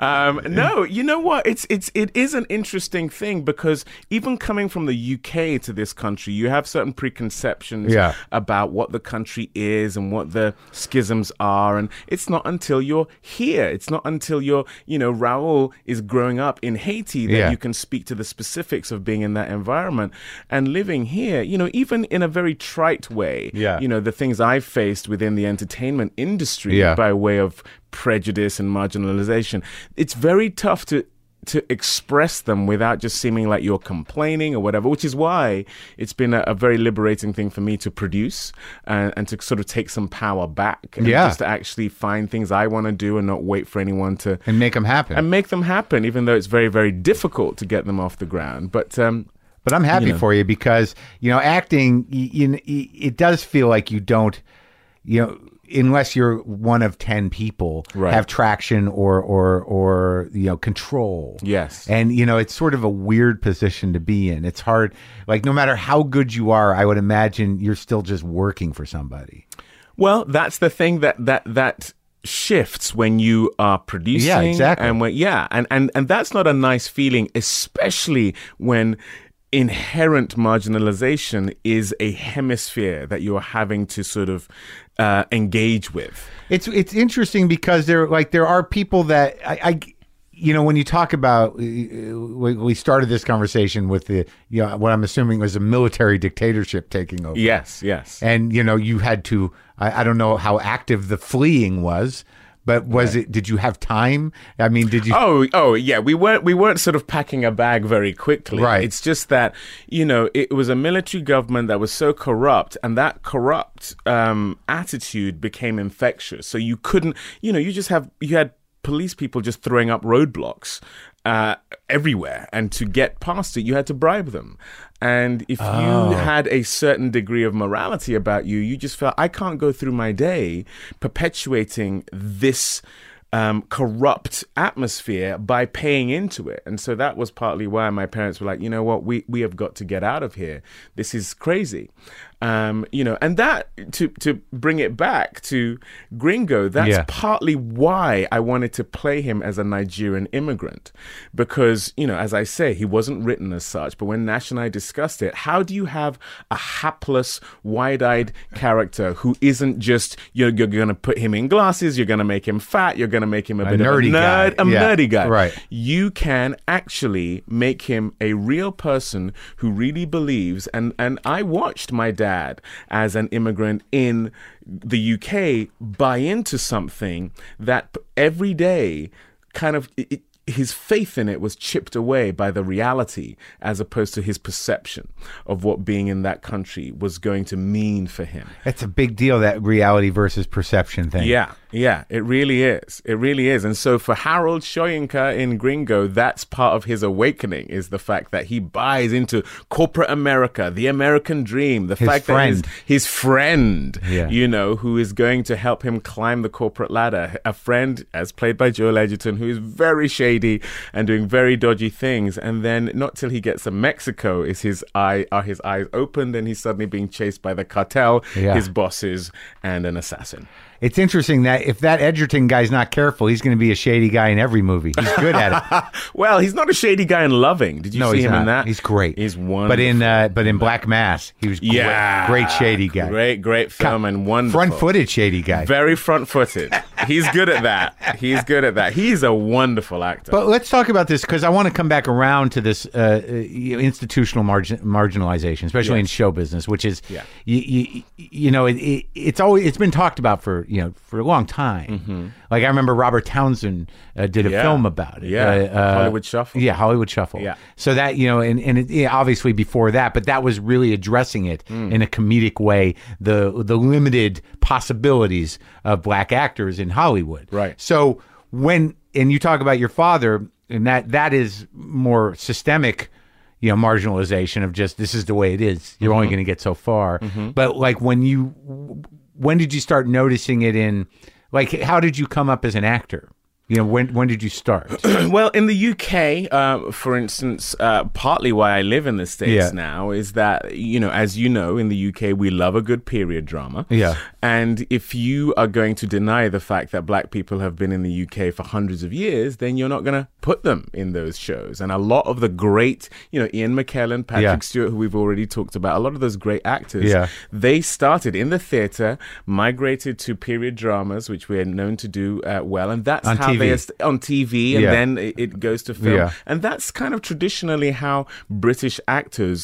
Speaker 3: Um, no, you know what? It's it's it is an interesting thing because even coming from the UK to this country, you have certain preconceptions
Speaker 1: Yeah.
Speaker 3: about what the country is and what the schisms are, and it's not until you're here, it's not until you're you know Raoul is growing up in Haiti that
Speaker 1: Yeah.
Speaker 3: you can speak to the specifics of being in that environment and living here. You know, even in a very trite way,
Speaker 1: Yeah.
Speaker 3: you know the things I've faced within the entertainment industry
Speaker 1: Yeah.
Speaker 3: by way of prejudice and marginalization. It's very tough to to express them without just seeming like you're complaining or whatever, which is why it's been a, a very liberating thing for me to produce and, and to sort of take some power back. And
Speaker 1: Yeah.
Speaker 3: Just to actually find things I want to do and not wait for anyone to
Speaker 1: and make them happen.
Speaker 3: and make them happen, even though it's very, very difficult to get them off the ground. But um,
Speaker 1: But I'm happy for you because you know acting. You, you, kn- y- it does feel like you don't, you know, unless you're one of ten people,
Speaker 3: Right.
Speaker 1: have traction or or or you know control.
Speaker 3: Yes.
Speaker 1: and you know it's sort of a weird position to be in. It's hard. Like no matter how good you are, I would imagine you're still just working for somebody.
Speaker 3: Well, that's the thing that that that shifts when you are producing
Speaker 1: Yeah, exactly.
Speaker 3: and when yeah and and and that's not a nice feeling especially when inherent marginalization is a hemisphere that you're having to sort of uh, engage with
Speaker 1: It's it's interesting because there like there are people that I. I you know, when you talk about, uh, we we started this conversation with the, you know, what I'm assuming was a military dictatorship taking over.
Speaker 3: yes yes
Speaker 1: and you know you had to I, I don't know how active the fleeing was but was it did you have time i mean did you
Speaker 3: Oh, oh, yeah. We weren't we weren't sort of packing a bag very quickly.
Speaker 1: Right.
Speaker 3: It's just that you know it was a military government that was so corrupt, and that corrupt um, attitude became infectious. So you couldn't, you know, you just have you had police people just throwing up roadblocks uh, everywhere, and to get past it, you had to bribe them. And if
Speaker 1: Oh.
Speaker 3: you had a certain degree of morality about you, you just felt I can't go through my day perpetuating this um, corrupt atmosphere by paying into it. And so that was partly why my parents were like, you know what, we, we have got to get out of here. This is crazy. Um, you know, and that to to bring it back to Gringo, that's
Speaker 1: Yeah.
Speaker 3: partly why I wanted to play him as a Nigerian immigrant. Because, you know, as I say, he wasn't written as such, but when Nash and I discussed it, how do you have a hapless, wide eyed character who isn't just, you're, you're going to put him in glasses, you're going to make him fat, you're going to make him a, bit
Speaker 1: nerdy
Speaker 3: of a
Speaker 1: guy.
Speaker 3: nerd, a
Speaker 1: Yeah,
Speaker 3: nerdy guy.
Speaker 1: right.
Speaker 3: You can actually make him a real person who really believes. And, and I watched my dad as an immigrant in the UK buy into something that p- every day kind of. It, it- his faith in it was chipped away by the reality as opposed to his perception of what being in that country was going to mean for him.
Speaker 1: that's a big deal that reality versus perception thing
Speaker 3: Yeah, yeah, it really is. It really is. And so for Harold Shoyinka in Gringo, that's part of his awakening is the fact that he buys into corporate America, the American dream, the
Speaker 1: His
Speaker 3: fact
Speaker 1: friend.
Speaker 3: that his, his friend,
Speaker 1: Yeah.
Speaker 3: you know, who is going to help him climb the corporate ladder, a friend as played by Joel Edgerton, who is very shady and doing very dodgy things. And then not till he gets to Mexico is his eye are his eyes opened and he's suddenly being chased by the cartel,
Speaker 1: Yeah.
Speaker 3: his bosses, and an assassin.
Speaker 1: It's interesting that if that Edgerton guy's not careful, he's going to be a shady guy in every movie. He's good at it.
Speaker 3: *laughs* Well, he's not a shady guy in Loving. Did you
Speaker 1: No,
Speaker 3: see
Speaker 1: he's
Speaker 3: him
Speaker 1: not.
Speaker 3: in that?
Speaker 1: He's great.
Speaker 3: He's one.
Speaker 1: But in uh, but in Black Mass, he was
Speaker 3: yeah,
Speaker 1: great, great shady guy.
Speaker 3: Great, great film and wonderful.
Speaker 1: Front footed shady guy.
Speaker 3: Very front footed. He's good at that. He's good at that. He's a wonderful actor.
Speaker 1: But let's talk about this because I want to come back around to this uh, uh, you know, institutional margin- marginalization, especially in show business, which is,
Speaker 3: Yeah.
Speaker 1: you, you know, it, it, it's always it's been talked about for you know for a long time. Like I remember Robert Townsend uh, did a
Speaker 3: Mm-hmm. Yeah.
Speaker 1: film about it.
Speaker 3: Yeah.
Speaker 1: uh, uh,
Speaker 3: Hollywood Shuffle.
Speaker 1: Yeah, Hollywood Shuffle.
Speaker 3: Yeah.
Speaker 1: So that you know, and and it, yeah, obviously before that, but that was really addressing it
Speaker 3: Mm.
Speaker 1: in a comedic way. The the limited possibilities of black actors in Hollywood.
Speaker 3: Right.
Speaker 1: So when and you talk about your father, and that that is more systemic, you know, marginalization of just this is the way it is. You're only going to get so far. But like when you, when did you start noticing it in, like how did you come up as an actor? You know, when when did you start?
Speaker 3: *clears throat* well, in the UK, uh, for instance, uh, partly why I live in the States
Speaker 1: Yeah.
Speaker 3: now is that, you know, as you know, in the UK, we love a good period drama.
Speaker 1: Yeah.
Speaker 3: And if you are going to deny the fact that black people have been in the UK for hundreds of years, then you're not going to put them in those shows. And a lot of the great, you know, Ian McKellen, Patrick
Speaker 1: Yeah.
Speaker 3: Stewart, who we've already talked about, a lot of those great actors,
Speaker 1: Yeah.
Speaker 3: they started in the theatre, migrated to period dramas, which we are known to do uh, well. And that's
Speaker 1: On
Speaker 3: how
Speaker 1: TV.
Speaker 3: they est- on TV and
Speaker 1: Yeah.
Speaker 3: then it, it goes to film.
Speaker 1: Yeah.
Speaker 3: And that's kind of traditionally how British actors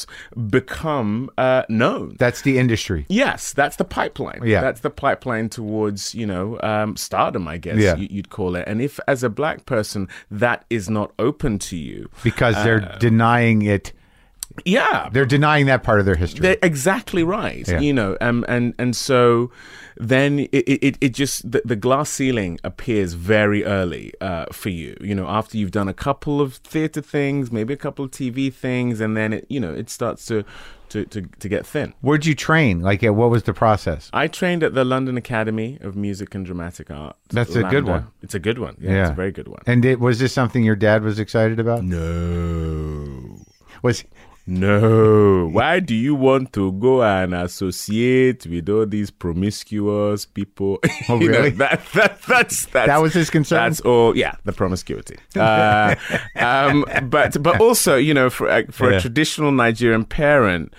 Speaker 3: become uh, known.
Speaker 1: That's the industry.
Speaker 3: Yes, that's the pipeline.
Speaker 1: Yeah.
Speaker 3: that's the pipeline towards you know um, stardom, I guess
Speaker 1: Yeah.
Speaker 3: you, you'd call it. And if, as a black person, that is not open to you,
Speaker 1: because they're denying it.
Speaker 3: yeah,
Speaker 1: They're denying that part of their history.
Speaker 3: They're exactly right.
Speaker 1: Yeah.
Speaker 3: You know, um, and and so then it it, it just the, the glass ceiling appears very early uh, for you. You know, after you've done a couple of theater things, maybe a couple of TV things, and then it you know it starts to to to, to get thin.
Speaker 1: Where'd you train? Like, yeah, what was the process?
Speaker 3: I trained at the London Academy of Music and Dramatic Art.
Speaker 1: That's a good
Speaker 3: Lambda.
Speaker 1: one.
Speaker 3: It's a good one. Yeah, it's a very good one.
Speaker 1: And it, was this something your dad was excited
Speaker 3: Mm.
Speaker 1: about?
Speaker 3: No.
Speaker 1: Was
Speaker 3: No. Why do you want to go and associate with all these promiscuous people? *laughs*
Speaker 1: Oh,
Speaker 3: You know,
Speaker 1: really?
Speaker 3: that, that, that's, that's,
Speaker 1: That was his concern?
Speaker 3: That's all. Yeah, the promiscuity. Uh, *laughs* um, but but also, you know, for a, for
Speaker 1: Yeah.
Speaker 3: a traditional Nigerian parent.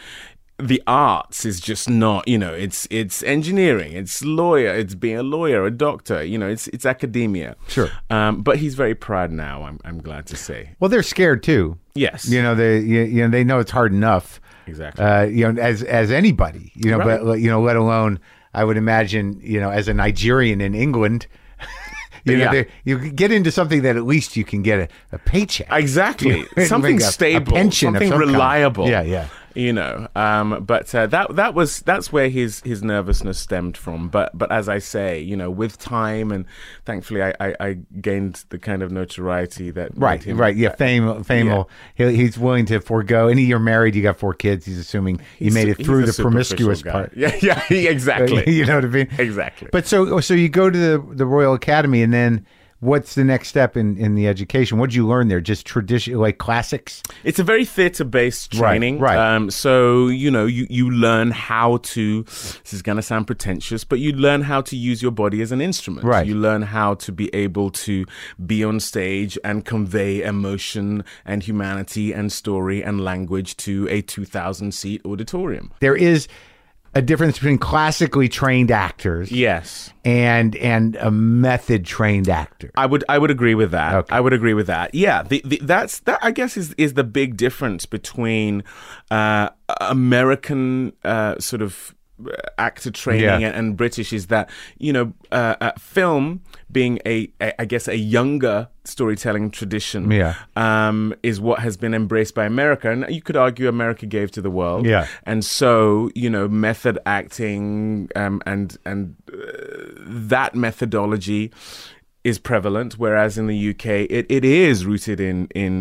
Speaker 3: The arts is just not, you know, it's it's engineering, it's lawyer, it's being a lawyer, a doctor, you know, it's it's academia.
Speaker 1: Sure.
Speaker 3: um, but he's very proud now. I'm I'm glad to say.
Speaker 1: well, they're scared too.
Speaker 3: Yes,
Speaker 1: You know, they you, you know they know it's hard enough.
Speaker 3: Exactly.
Speaker 1: Uh, you know, as as anybody, you know,
Speaker 3: Right.
Speaker 1: but you know, let alone I would imagine, you know, as a Nigerian in England. *laughs* You know,
Speaker 3: Yeah.
Speaker 1: they you get into something that at least you can get a, a paycheck.
Speaker 3: Exactly.
Speaker 1: *laughs* You know,
Speaker 3: something
Speaker 1: like a- a
Speaker 3: stable,
Speaker 1: pension of
Speaker 3: something
Speaker 1: some kind.
Speaker 3: reliable.
Speaker 1: Yeah, yeah.
Speaker 3: You know, um, but uh, that that was that's where his his nervousness stemmed from. But but as I say, you know, with time and thankfully, I, I, I gained the kind of notoriety that made
Speaker 1: Right,
Speaker 3: him-
Speaker 1: right. Yeah, fame, fame.
Speaker 3: Yeah.
Speaker 1: Will, he, he's willing to forego. Any you're married, you got four kids. He's assuming you
Speaker 3: He's
Speaker 1: made
Speaker 3: a-
Speaker 1: it
Speaker 3: he's
Speaker 1: through
Speaker 3: a
Speaker 1: the
Speaker 3: superficial
Speaker 1: promiscuous
Speaker 3: guy.
Speaker 1: part. *laughs*
Speaker 3: Yeah, *laughs* yeah, exactly.
Speaker 1: you know what I mean?
Speaker 3: Exactly.
Speaker 1: But so, oh, so you go to the the Royal Academy, and then what's the next step in in the education? What did you learn there? Just tradition, like classics.
Speaker 3: It's a very theatre based
Speaker 1: Right,
Speaker 3: training.
Speaker 1: right.
Speaker 3: Um, so, you know, you, you learn how to, this is going to sound pretentious, but you learn how to use your body as an instrument.
Speaker 1: Right.
Speaker 3: You learn how to be able to be on stage and convey emotion and humanity and story and language to a 2,000 seat auditorium.
Speaker 1: There is a difference between classically trained actors
Speaker 3: Yes.
Speaker 1: and and a method trained actor.
Speaker 3: I would I would agree with that.
Speaker 1: Okay.
Speaker 3: I would agree with that. Yeah, the, the, that's that I guess is is the big difference between uh, American uh, sort of uh, actor training
Speaker 1: Yeah.
Speaker 3: and, and British is that you know uh, uh, film being a, a I guess a younger storytelling tradition
Speaker 1: Yeah.
Speaker 3: um, is what has been embraced by America and you could argue America gave to the world
Speaker 1: Yeah.
Speaker 3: and so you know method acting um, and and that uh, methodology is prevalent, whereas in the UK it, it is rooted in in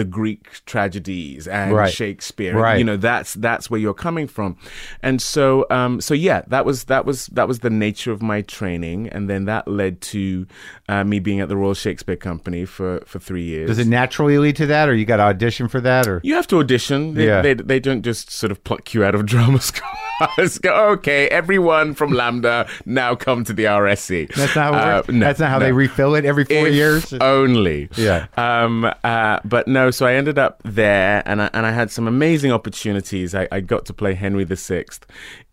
Speaker 3: the Greek tragedies and
Speaker 1: Right.
Speaker 3: Shakespeare.
Speaker 1: Right.
Speaker 3: You know, that's that's where you're coming from. And so um so yeah, that was that was that was the nature of my training and then that led to uh, me being at the Royal Shakespeare Company for for 3 years.
Speaker 1: Does it naturally lead to that, or you got to audition for that, or
Speaker 3: You have to audition. They,
Speaker 1: Yeah.
Speaker 3: they, they don't just sort of pluck you out of *laughs* drama school. It's go, okay, everyone from Lambda now come to the RSC.
Speaker 1: that's not how it
Speaker 3: Uh,
Speaker 1: works?
Speaker 3: no,
Speaker 1: that's not how
Speaker 3: no.
Speaker 1: they refill it every four
Speaker 3: If uh,
Speaker 1: years.
Speaker 3: only.
Speaker 1: Yeah.
Speaker 3: Um. Uh. But no. So I ended up there, and I and I had some amazing opportunities. I, I got to play Henry VI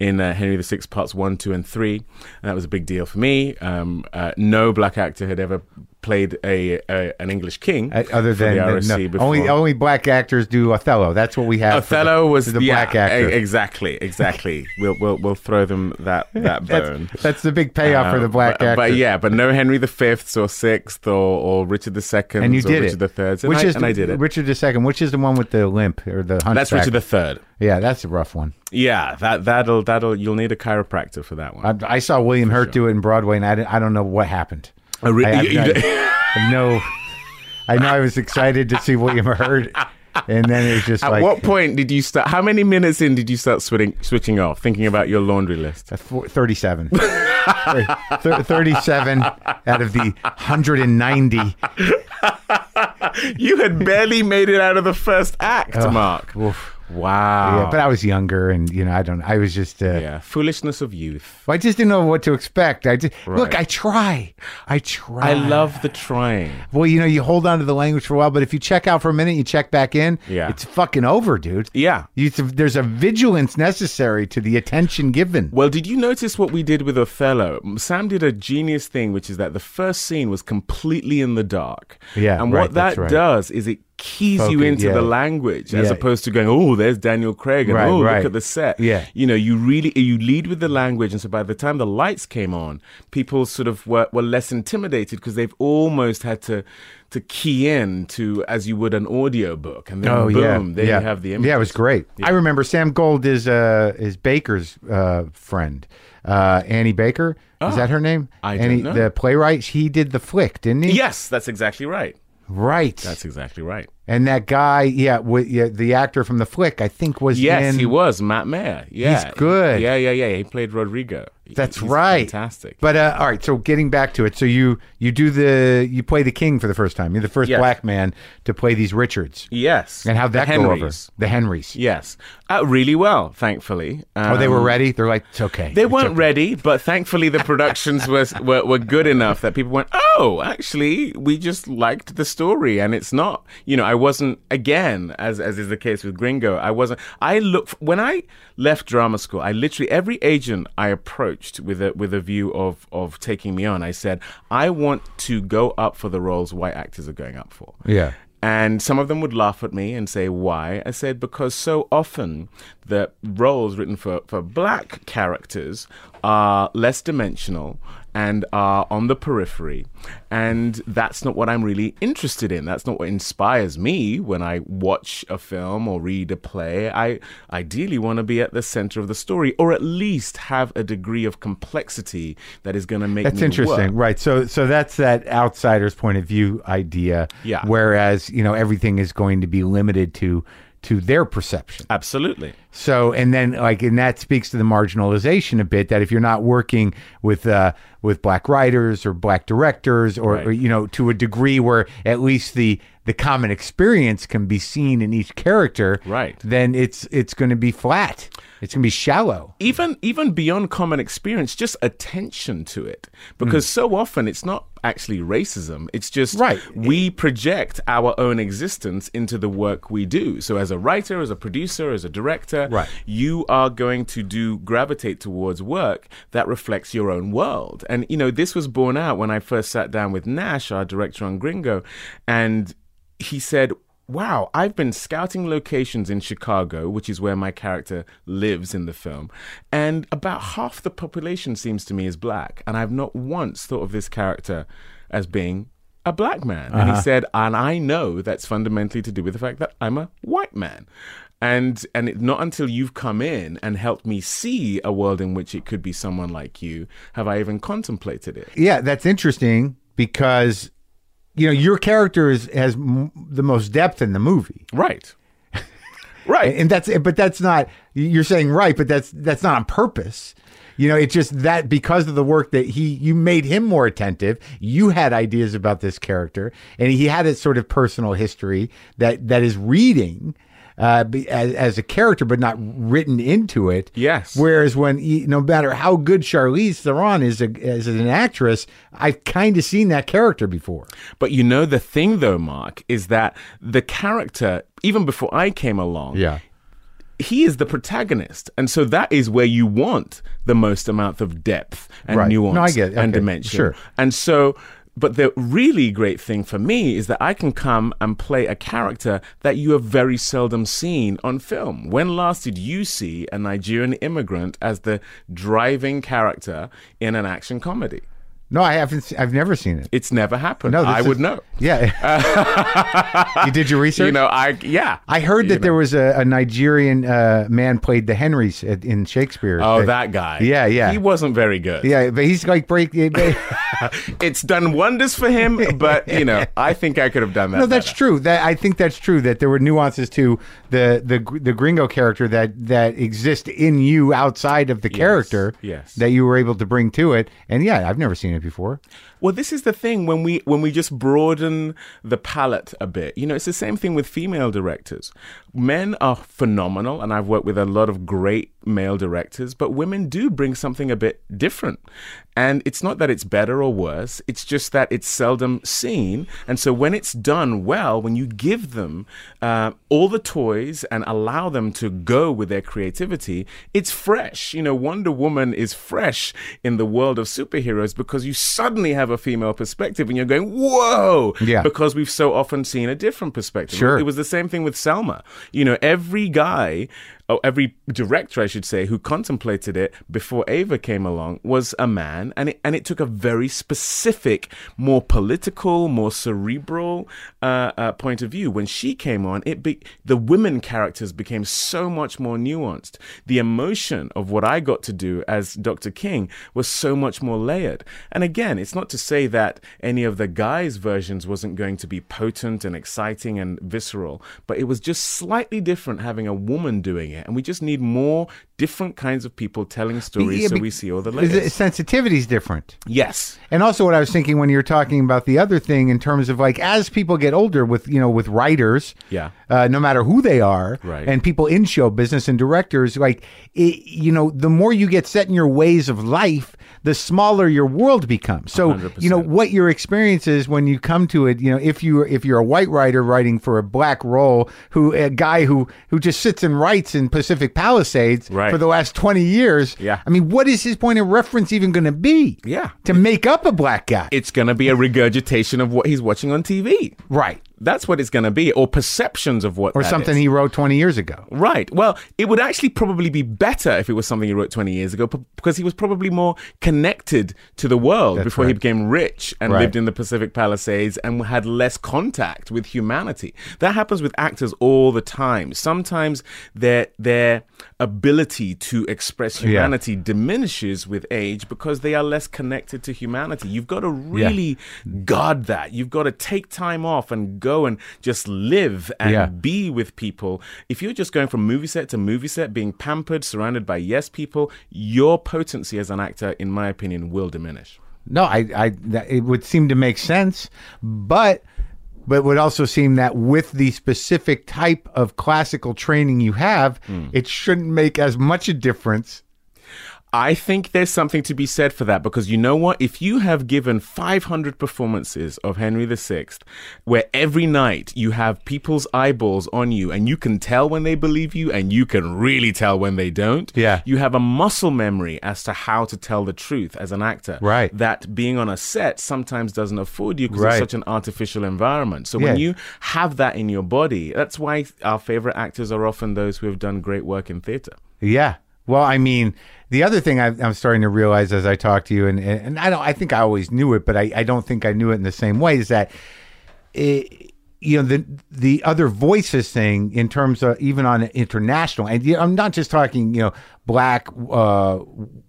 Speaker 3: in uh, Henry VI parts one, two, and three. And that was a big deal for me. Um. Uh, no black actor had ever played a, a an English king
Speaker 1: Uh, Other
Speaker 3: for
Speaker 1: than
Speaker 3: the RSC
Speaker 1: no,
Speaker 3: before.
Speaker 1: only only black actors do Othello. That's what we have. for the-
Speaker 3: Othello was
Speaker 1: for the
Speaker 3: yeah,
Speaker 1: black actor.
Speaker 3: e- Exactly,
Speaker 1: *laughs*
Speaker 3: exactly. we'll we'll we'll throw them that that bone.
Speaker 1: that's, that's the big payoff for
Speaker 3: Uh,
Speaker 1: the black
Speaker 3: but,
Speaker 1: actor.
Speaker 3: but yeah, but no Henry the Fifth or Sixth or, or Richard the Second,
Speaker 1: and you did
Speaker 3: or
Speaker 1: it.
Speaker 3: Richard the Third, and,
Speaker 1: which
Speaker 3: I-
Speaker 1: is
Speaker 3: and I did it.
Speaker 1: Richard the Second, which is the one with the limp or the hunchback.
Speaker 3: That's Richard the Third.
Speaker 1: Yeah, that's a rough one.
Speaker 3: Yeah, that that'll that'll you'll need a chiropractor for that one.
Speaker 1: I, I saw William Hurt do it in Broadway, and I, didn't- I don't know what happened.
Speaker 3: I re-
Speaker 1: I, I,
Speaker 3: you- you d-
Speaker 1: I, I know. I know. I was excited to see William Hurt, and then it was just
Speaker 3: *laughs* At
Speaker 1: like
Speaker 3: what point did you start? How many minutes in did you start switching switching off, thinking about your laundry
Speaker 1: *laughs*
Speaker 3: list?
Speaker 1: Four- 37. Thir- thir- 37 out of the 190.
Speaker 3: You had barely made it out of the first act, Mark.
Speaker 1: oof.
Speaker 3: Wow.
Speaker 1: Yeah, but I was younger and, you know, I don't I was just, uh,
Speaker 3: Oh. yeah, foolishness of youth.
Speaker 1: I just didn't know what to expect. I just, look,
Speaker 3: Right.
Speaker 1: I try. I try.
Speaker 3: I love the trying.
Speaker 1: Well, you know, you hold on to the language for a while, but if you check out for a minute, you check back in,
Speaker 3: Yeah.
Speaker 1: it's fucking over, dude.
Speaker 3: Yeah.
Speaker 1: You, there's a vigilance necessary to the attention given.
Speaker 3: Well, did you notice what we did with Othello? Sam did a genius thing, which is that the first scene was completely in the dark.
Speaker 1: Yeah,
Speaker 3: And
Speaker 1: right,
Speaker 3: what that
Speaker 1: that's right.
Speaker 3: does is it keys you
Speaker 1: Focus,
Speaker 3: into
Speaker 1: yeah.
Speaker 3: the language as
Speaker 1: Yeah.
Speaker 3: opposed to going, oh, there's Daniel Craig, and
Speaker 1: Right,
Speaker 3: oh,
Speaker 1: right.
Speaker 3: look at the set.
Speaker 1: Yeah.
Speaker 3: You know, you really you lead with the language, and so by the time the lights came on, people sort of were, were less intimidated because they've almost had to to key in to as you would an audiobook, and then boom, there you have the images.
Speaker 1: Oh, Yeah, it was great. I remember Sam Gold is uh, is Baker's uh, friend, uh, Annie Baker. Is that her name?
Speaker 3: Ah, I don't
Speaker 1: Annie,
Speaker 3: know.
Speaker 1: The playwright. He did the flick, didn't he?
Speaker 3: Yes, that's exactly right.
Speaker 1: Right.
Speaker 3: That's exactly right.
Speaker 1: and that guy, yeah, w- yeah, the actor from the flick, I think was
Speaker 3: Yes,
Speaker 1: in-
Speaker 3: he was Matt Mayer. Yeah,
Speaker 1: He's good.
Speaker 3: Yeah, yeah, yeah. He played Rodrigo. He-
Speaker 1: That's
Speaker 3: he's
Speaker 1: right.
Speaker 3: Fantastic.
Speaker 1: But uh, all right, so getting back to it, so you you do the you play the king for the first time. You're the first
Speaker 3: Yes.
Speaker 1: black man to play these Richards.
Speaker 3: yes.
Speaker 1: And how'd
Speaker 3: The
Speaker 1: that go over?
Speaker 3: Henrys.
Speaker 1: The Henrys.
Speaker 3: Yes, uh, really well, thankfully. Um,
Speaker 1: Oh, they were ready. They're like, it's okay.
Speaker 3: They
Speaker 1: It's
Speaker 3: weren't
Speaker 1: okay.
Speaker 3: ready, but thankfully the productions was, were were good enough that people went, "Oh, actually, we just liked the story." And it's not, you know, I wasn't again as as is the case with Gringo. I wasn't. I look when I left drama school. I literally every agent I approached with a with a view of of taking me on. I said, "I want to go up for the roles white actors are going up for."
Speaker 1: Yeah.
Speaker 3: And some of them would laugh at me and say, Why? I said, Because so often the roles written for, for black characters are less dimensional and are on the periphery. And that's not what I'm really interested in. That's not what inspires me when I watch a film or read a play. I ideally want to be at the center of the story or at least have a degree of complexity that is going to make
Speaker 1: That's
Speaker 3: me
Speaker 1: interesting,
Speaker 3: work.
Speaker 1: right? So, so that's that outsider's point of view idea.
Speaker 3: Yeah.
Speaker 1: Whereas you know everything is going to be limited to to their perception.
Speaker 3: Absolutely.
Speaker 1: So, and then like, and that speaks to the marginalization a bit. That if you're not working with uh, with black writers or black directors, or, or
Speaker 3: Right.
Speaker 1: you know, to a degree where at least the the common experience can be seen in each character,
Speaker 3: Right.
Speaker 1: Then it's it's going to be flat. It's going to be shallow.
Speaker 3: even even beyond common experience, just attention to it, because so often it's not actually racism. It's just
Speaker 1: Right.
Speaker 3: we project our own existence into the work we do. So as a writer, as a producer, as a director,
Speaker 1: Right.
Speaker 3: you are going to do gravitate towards work that reflects your own world. And you know, this was borne out when I first sat down with Nash, our director on Gringo, and he said, Wow, I've been scouting locations in Chicago, which is where my character lives in the film, and about half the population seems to me is black, and I've not once thought of this character as being a black man. And he said, and I know that's fundamentally to do with the fact that I'm a white man. And and it, not until you've come in and helped me see a world in which it could be someone like you have I even contemplated it.
Speaker 1: Yeah, that's interesting because you know your character is, has m- the most depth in the movie.
Speaker 3: Right. right.
Speaker 1: and that's but that's not you're saying right but that's that's not on purpose you know it's just that because of the work that he you made him more attentive you had ideas about this character and he had his sort of personal history that that is reading uh, be- as, as a character, but not written into it.
Speaker 3: Yes.
Speaker 1: Whereas when he- no matter how good Charlize Theron is a, as an actress, I've kind of seen that character before.
Speaker 3: But you know the thing though, Mark, is that the character, even before I came along, he is the protagonist. And so that is where you want the most amount of depth and
Speaker 1: Right.
Speaker 3: nuance
Speaker 1: No, I get it.
Speaker 3: and
Speaker 1: Okay.
Speaker 3: dimension.
Speaker 1: Sure.
Speaker 3: And so but the really great thing for me is that I can come and play a character that you have very seldom seen on film. When last did you see a Nigerian immigrant as the driving character in an action comedy?
Speaker 1: No, I haven't. se- I've never seen it.
Speaker 3: It's never happened.
Speaker 1: No, this
Speaker 3: I
Speaker 1: is-
Speaker 3: would know. *laughs*
Speaker 1: Yeah. *laughs* you did your research.
Speaker 3: Uh, You know, I yeah.
Speaker 1: I heard that there was a, a Nigerian uh, man played the Henrys at, in Shakespeare.
Speaker 3: Oh, that guy.
Speaker 1: Yeah, yeah.
Speaker 3: He wasn't very good.
Speaker 1: Yeah, but he's like
Speaker 3: *laughs*
Speaker 1: break. no,
Speaker 3: It's done wonders for him, but you know, I think I could have done that.
Speaker 1: that's
Speaker 3: better.
Speaker 1: true. That I think that's true. That there were nuances to the the gr- the gringo character that that exist in you outside of the character.
Speaker 3: yes.
Speaker 1: That you were able to bring to it, and yeah, I've never seen it before.
Speaker 3: Well, this is the thing when we when we just broaden the palette a bit. You know, it's the same thing with female directors. Men are phenomenal, and I've worked with a lot of great male directors, but women do bring something a bit different. And it's not that it's better or worse. It's just that it's seldom seen. And so when it's done well, when you give them uh, all the toys and allow them to go with their creativity, it's fresh. You know, Wonder Woman is fresh in the world of superheroes because you suddenly have a female perspective and you're going, whoa!
Speaker 1: Yeah.
Speaker 3: Because we've so often seen a different perspective.
Speaker 1: Sure.
Speaker 3: It was the same thing with Selma. You know, every guy, or every director, I should say, who contemplated it before Ava came along was a man, and it, and it took a very specific, more political, more cerebral uh, uh, point of view. When she came on, it be, the women characters became so much more nuanced. The emotion of what I got to do as Dr. King was so much more layered. And again, it's not to say that any of the guys' versions wasn't going to be potent and exciting and visceral, but it was just slightly different having a woman doing it. And we just need more different kinds of people telling stories
Speaker 1: Yeah,
Speaker 3: so
Speaker 1: be-
Speaker 3: we see all the
Speaker 1: is it-
Speaker 3: layers.
Speaker 1: Sensitivity's different.
Speaker 3: yes.
Speaker 1: And also, what I was thinking when you were talking about the other thing in terms of like as people get older, with you know, with writers,
Speaker 3: Yeah.
Speaker 1: uh, no matter who they are,
Speaker 3: Right.
Speaker 1: and people in show business and directors, like it, you know, the more you get set in your ways of life, the smaller your world becomes. So you know
Speaker 3: 100%.
Speaker 1: what your experience is when you come to it. You know, if you if you're a white writer writing for a black role, who a guy who who just sits and writes in Pacific Palisades
Speaker 3: Right.
Speaker 1: for the last twenty years,
Speaker 3: Yeah.
Speaker 1: I mean, what is his point of reference even going to be?
Speaker 3: Yeah.
Speaker 1: to make up a black guy.
Speaker 3: It's going to
Speaker 1: *laughs*
Speaker 3: be a regurgitation of what he's watching on TV.
Speaker 1: right.
Speaker 3: That's what it's going to be, or perceptions of what
Speaker 1: Or
Speaker 3: that
Speaker 1: something
Speaker 3: is.
Speaker 1: he wrote 20 years ago.
Speaker 3: Right. Well, it would actually probably be better if it was something he wrote 20 years ago p- because he was probably more connected to the world before he
Speaker 1: right.
Speaker 3: became rich and
Speaker 1: Right.
Speaker 3: lived in the Pacific Palisades and had less contact with humanity. That happens with actors all the time. Sometimes their their ability to express humanity diminishes with age because they are less connected to humanity. You've got to really guard that. You've got to take time off and go and just live and
Speaker 1: Yeah.
Speaker 3: be with people. If you're just going from movie set to movie set, being pampered, surrounded by yes people, your potency as an actor, in my opinion, will diminish.
Speaker 1: No, I, I that, it would seem to make sense, but but it would also seem that with the specific type of classical training you have,
Speaker 3: Hmm.
Speaker 1: it shouldn't make as much a difference.
Speaker 3: I think there's something to be said for that because you know what? If you have given 500 performances of Henry VI, where every night you have people's eyeballs on you and you can tell when they believe you and you can really tell when they don't,
Speaker 1: Yeah.
Speaker 3: you have a muscle memory as to how to tell the truth as an actor.
Speaker 1: Right.
Speaker 3: That being on a set sometimes doesn't afford you because
Speaker 1: Right.
Speaker 3: it's such an artificial environment. So when
Speaker 1: Yeah.
Speaker 3: you have that in your body, that's why our favorite actors are often those who have done great work in theater.
Speaker 1: Yeah. Well, I mean, the other thing I, I'm starting to realize as I talk to you, and and and I don't, I think I always knew it, but I, I don't think I knew it in the same way. Is that it, you know the the other voices thing in terms of even on an international and you know, I'm not just talking you know black uh,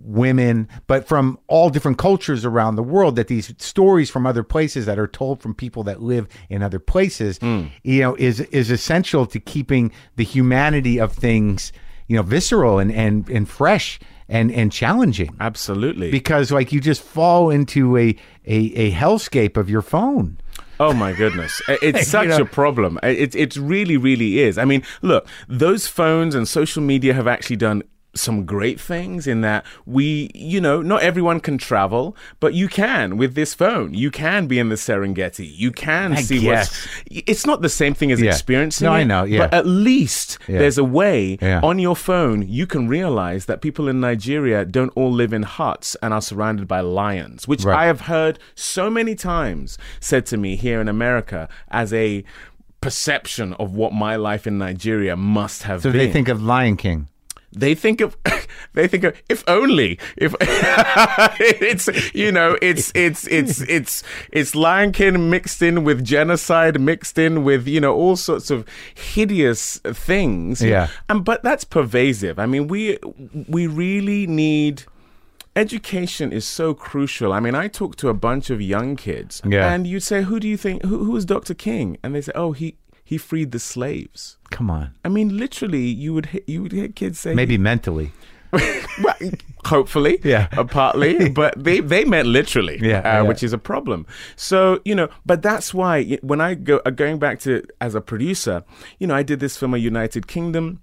Speaker 1: women but from all different cultures around the world that these stories from other places that are told from people that live in other places you know is is essential to keeping the humanity of things you know visceral and and and fresh and and challenging
Speaker 3: Absolutely.
Speaker 1: because like you just fall into a a, a hellscape of your phone
Speaker 3: Oh my goodness, I-
Speaker 1: *laughs*
Speaker 3: it's such
Speaker 1: know?
Speaker 3: a problem. I- It it really really is. I mean, look, those phones and social media have actually done some great things in that we you know not everyone can travel but you can with this phone you can be in the serengeti you can see what's it's not the same thing as
Speaker 1: Yeah.
Speaker 3: experiencing
Speaker 1: No, I
Speaker 3: it,
Speaker 1: know, yeah.
Speaker 3: but at least there's a way
Speaker 1: Yeah.
Speaker 3: on your phone you can realize that people in nigeria don't all live in huts and are surrounded by lions which
Speaker 1: Right.
Speaker 3: i have heard so many times said to me here in America as a perception of what my life in Nigeria must have
Speaker 1: so
Speaker 3: been.
Speaker 1: they think of Lion King
Speaker 3: they think of *laughs* they think of if only if *laughs* it's you know it's it's it's it's it's Lion King mixed in with genocide mixed in with you know all sorts of hideous things
Speaker 1: Yeah.
Speaker 3: and but that's pervasive I mean we we really need education is so crucial I mean I talk to a bunch of young kids
Speaker 1: Yeah.
Speaker 3: and you'd say who do you think who who is Dr King and they say oh he he freed the slaves
Speaker 1: come on
Speaker 3: I mean literally you would he- you would hear kids say
Speaker 1: maybe mentally
Speaker 3: *laughs* well, hopefully,
Speaker 1: Yeah. *laughs*
Speaker 3: uh, partly, but they, they meant literally,
Speaker 1: Yeah,
Speaker 3: uh,
Speaker 1: yeah.
Speaker 3: which is a problem. So you know, but that's why y- when I go uh, going back to as a producer, you know, I did this film, a United Kingdom.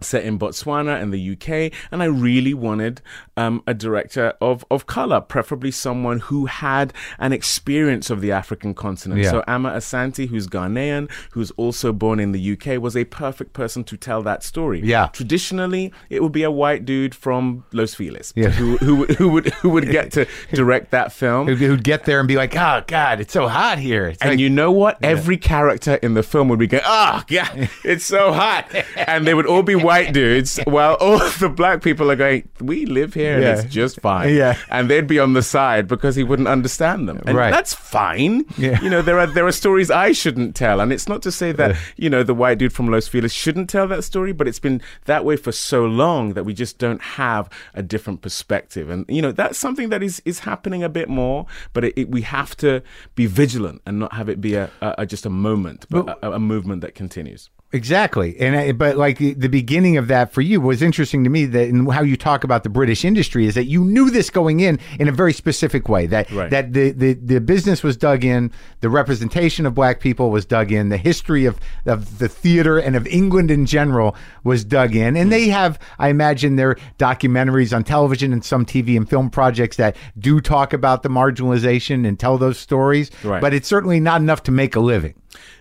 Speaker 3: Set in Botswana and the UK, and I really wanted um, a director of, of color, preferably someone who had an experience of the African continent.
Speaker 1: Yeah.
Speaker 3: So Ama Asante, who's Ghanaian, who's also born in the UK, was a perfect person to tell that story
Speaker 1: Yeah.
Speaker 3: traditionally it would be a white dude from Los Feliz
Speaker 1: Yeah.
Speaker 3: who, who who would who would get
Speaker 1: *laughs*
Speaker 3: to direct that film.
Speaker 1: who'd, who'd get there and be like oh god it's so hot here it's
Speaker 3: And
Speaker 1: like,
Speaker 3: you know what? Every character in the film would be going, "Ah,
Speaker 1: *laughs*
Speaker 3: yeah, it's so hot," and they would all be white dudes, while all *laughs* the black people are going, "We live here
Speaker 1: Yeah.
Speaker 3: and it's just fine."
Speaker 1: Yeah.
Speaker 3: and they'd be on the side because he wouldn't understand them, and
Speaker 1: Right.
Speaker 3: that's fine.
Speaker 1: Yeah.
Speaker 3: You know, there are there are stories I shouldn't tell, and it's not to say that you know the white dude from Los Feliz shouldn't tell that story, but it's been that way for so long that we just don't have a different perspective, and you know that's something that is is happening a bit more, but it, it, we have to be vigilant and not have it be a, a, a just a moment, but, a, a movement that continues.
Speaker 1: Exactly, and I, but like the, the beginning of that for you was interesting to me that and how you talk about the British industry is that you knew this going in in a very specific way that
Speaker 3: Right.
Speaker 1: that the, the the business was dug in, the representation of black people was dug in, the history of of the theater and of England in general was dug in, and
Speaker 3: Mm.
Speaker 1: they have I imagine their documentaries on television and some TV and film projects that do talk about the marginalization and tell those stories,
Speaker 3: Right.
Speaker 1: but it's certainly not enough to make a living.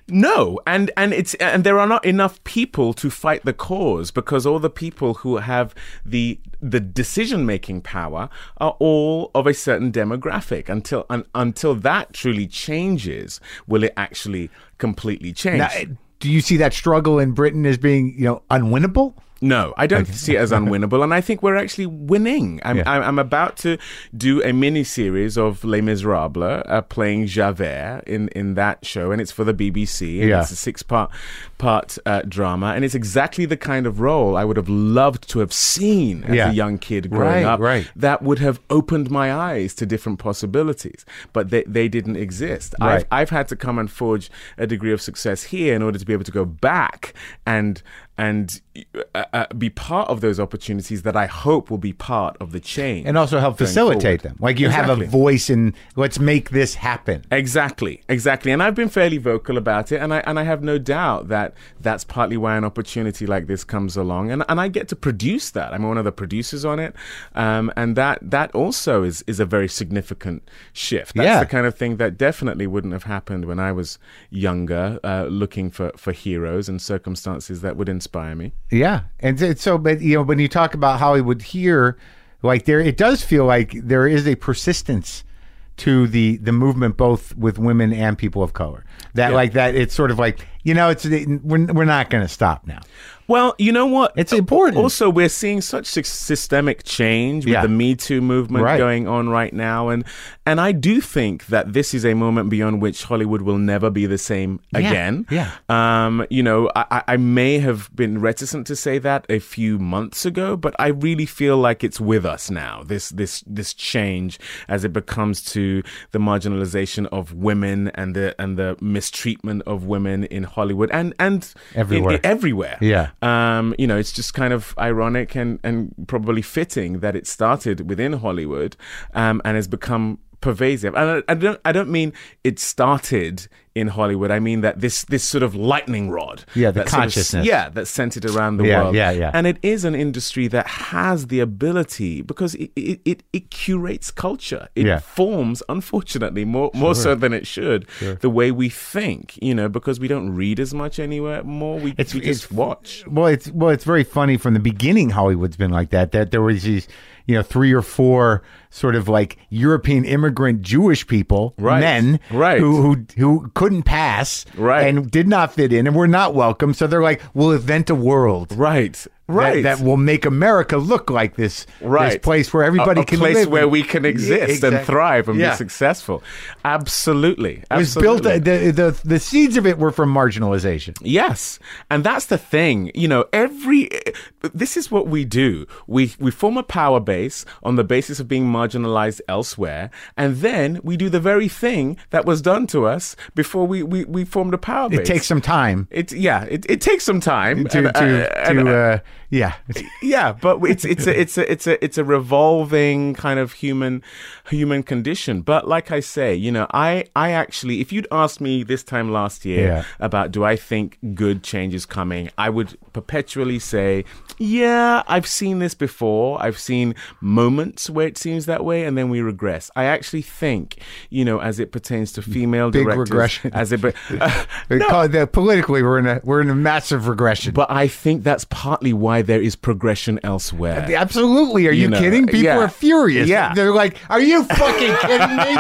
Speaker 3: No, and and it's and there are not enough people to fight the cause because all the people who have the the decision making power are all of a certain demographic. Until un, until that truly changes, will it actually completely change?
Speaker 1: Now, do you see that struggle in Britain as being, you know, unwinnable?
Speaker 3: No, I don't see it as unwinnable, and I think we're actually winning. I'm, I'm, I'm about to do a mini series of Les Miserables, uh, playing Javert in, in that show, and it's for the BBC. And
Speaker 1: Yeah.
Speaker 3: it's a six part part uh, drama, and it's exactly the kind of role I would have loved to have seen as
Speaker 1: Yeah.
Speaker 3: a young kid growing
Speaker 1: Right,
Speaker 3: up.
Speaker 1: right.
Speaker 3: That would have opened my eyes to different possibilities, but they, they didn't exist.
Speaker 1: Right.
Speaker 3: I've, I've had to come and forge a degree of success here in order to be able to go back and and uh, uh, be part of those opportunities that I hope will be part of the change
Speaker 1: And also help
Speaker 3: going
Speaker 1: facilitate
Speaker 3: forward.
Speaker 1: them. Like you have a
Speaker 3: Exactly.
Speaker 1: voice in let's make this happen.
Speaker 3: Exactly, exactly, and I've been fairly vocal about it, and I and I have no doubt that that's partly why an opportunity like this comes along, and and I get to produce that. I'm one of the producers on it, um, and that that also is is a very significant shift. That's
Speaker 1: Yeah.
Speaker 3: the kind of thing that definitely wouldn't have happened when I was younger, uh, looking for for heroes and circumstances that would inspire me.
Speaker 1: Yeah. And so- so but you know, when you talk about Hollywood here, like there it does feel like there is a persistence to the the movement both with women and people of color. That like that it's sort of like you know, it's we're, we're not going to stop now.
Speaker 3: Well, you know what?
Speaker 1: It's important.
Speaker 3: Also, we're seeing such sy- systemic change with
Speaker 1: Yeah.
Speaker 3: the Me Too movement
Speaker 1: Right.
Speaker 3: going on right now, and and I do think that this is a moment beyond which Hollywood will never be the same again.
Speaker 1: Yeah.
Speaker 3: Um, you know, I, I- I may have been reticent to say that a few months ago, but I really feel like it's with us now. This this this change as it becomes to the marginalization of women and the and the mistreatment of women in Hollywood and and in-
Speaker 1: Everywhere.
Speaker 3: everywhere.
Speaker 1: Yeah.
Speaker 3: Um, you know, it's just kind of ironic and, and probably fitting that it started within Hollywood um, and has become pervasive. And I, I don't I don't mean it started in Hollywood. I mean that this this sort of lightning rod.
Speaker 1: Yeah, the
Speaker 3: that sort of-
Speaker 1: consciousness.
Speaker 3: yeah, that's centered around the
Speaker 1: Yeah,
Speaker 3: world.
Speaker 1: yeah, yeah.
Speaker 3: And it is an industry that has the ability because it it, it, it curates culture. It
Speaker 1: Yeah.
Speaker 3: forms, unfortunately, more more so than it should, the way we think, you know, because we don't read as much anywhere more. We,
Speaker 1: It's-
Speaker 3: we just
Speaker 1: it's-
Speaker 3: watch.
Speaker 1: Well, it's well, it's very funny. From the beginning, Hollywood's been like that. That there was these, you know, three or four sort of like European immigrant Jewish people,
Speaker 3: Right.
Speaker 1: men,
Speaker 3: Right.
Speaker 1: who who who couldn't pass,
Speaker 3: Right.
Speaker 1: and did not fit in, and were not welcome. So they're like, we'll invent a world,
Speaker 3: Right. Right.
Speaker 1: That, that will make America look like this,
Speaker 3: right.
Speaker 1: this place where everybody
Speaker 3: a, a
Speaker 1: can
Speaker 3: place
Speaker 1: live
Speaker 3: where
Speaker 1: and-
Speaker 3: we can
Speaker 1: Yeah,
Speaker 3: exist
Speaker 1: exactly.
Speaker 3: and thrive and
Speaker 1: Yeah.
Speaker 3: be successful. Absolutely.
Speaker 1: It was built. The, the the seeds of it were from marginalization.
Speaker 3: Yes, and that's the thing. You know, every this is what we do. We we form a power base on the basis of being marginalized elsewhere, and then we do the very thing that was done to us before we we, we formed a power base.
Speaker 1: It takes some time
Speaker 3: It yeah. It, it takes some time
Speaker 1: to
Speaker 3: and,
Speaker 1: to,
Speaker 3: uh, and,
Speaker 1: to uh, yeah.
Speaker 3: yeah, but it's it's a it's a it's a it's a revolving kind of human human condition. But like I say, you know, I I actually, if you'd asked me this time last year
Speaker 1: Yeah.
Speaker 3: about do I think good change is coming, I would perpetually say, yeah, I've seen this before. I've seen moments where it seems that way, and then we regress. I actually think, you know, as it pertains to female
Speaker 1: Big
Speaker 3: directors,
Speaker 1: regression.
Speaker 3: as it, but
Speaker 1: They call it the- uh, politically, we're in a we're in a massive regression.
Speaker 3: *laughs* but I think that's partly why there is progression elsewhere.
Speaker 1: Absolutely. Are you,
Speaker 3: You know,
Speaker 1: kidding? People
Speaker 3: yeah.
Speaker 1: are furious.
Speaker 3: Yeah.
Speaker 1: They're like, are you
Speaker 3: *laughs*
Speaker 1: fucking kidding me?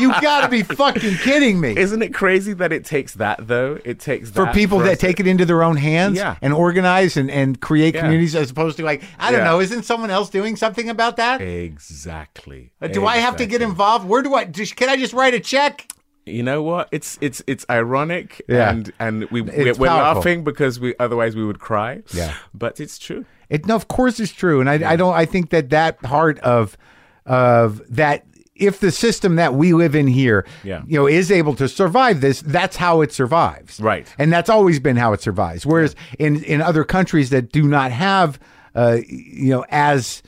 Speaker 1: you gotta be fucking kidding me.
Speaker 3: Isn't it crazy that it takes that though? It takes
Speaker 1: for
Speaker 3: that
Speaker 1: people
Speaker 3: for
Speaker 1: that
Speaker 3: us to-
Speaker 1: take it into their own hands
Speaker 3: Yeah.
Speaker 1: and organize and, and create
Speaker 3: Yeah.
Speaker 1: communities as opposed to like, I don't
Speaker 3: Yeah.
Speaker 1: know, isn't someone else doing something about that?
Speaker 3: exactly.
Speaker 1: Uh, Do I have to get
Speaker 3: Exactly.
Speaker 1: involved? Where do I just, can I just write a check?
Speaker 3: You know what? It's it's it's ironic,
Speaker 1: Yeah.
Speaker 3: and and we we're,
Speaker 1: It's
Speaker 3: we're
Speaker 1: powerful.
Speaker 3: laughing because we otherwise we would cry.
Speaker 1: Yeah.
Speaker 3: but it's true.
Speaker 1: It, no, of course it's true, and I, I don't. I think that that part of of that if the system that we live in here,
Speaker 3: Yeah.
Speaker 1: you know, is able to survive this, that's how it survives,
Speaker 3: Right.
Speaker 1: And that's always been how it survives. Whereas in in other countries that do not have, uh, you know, as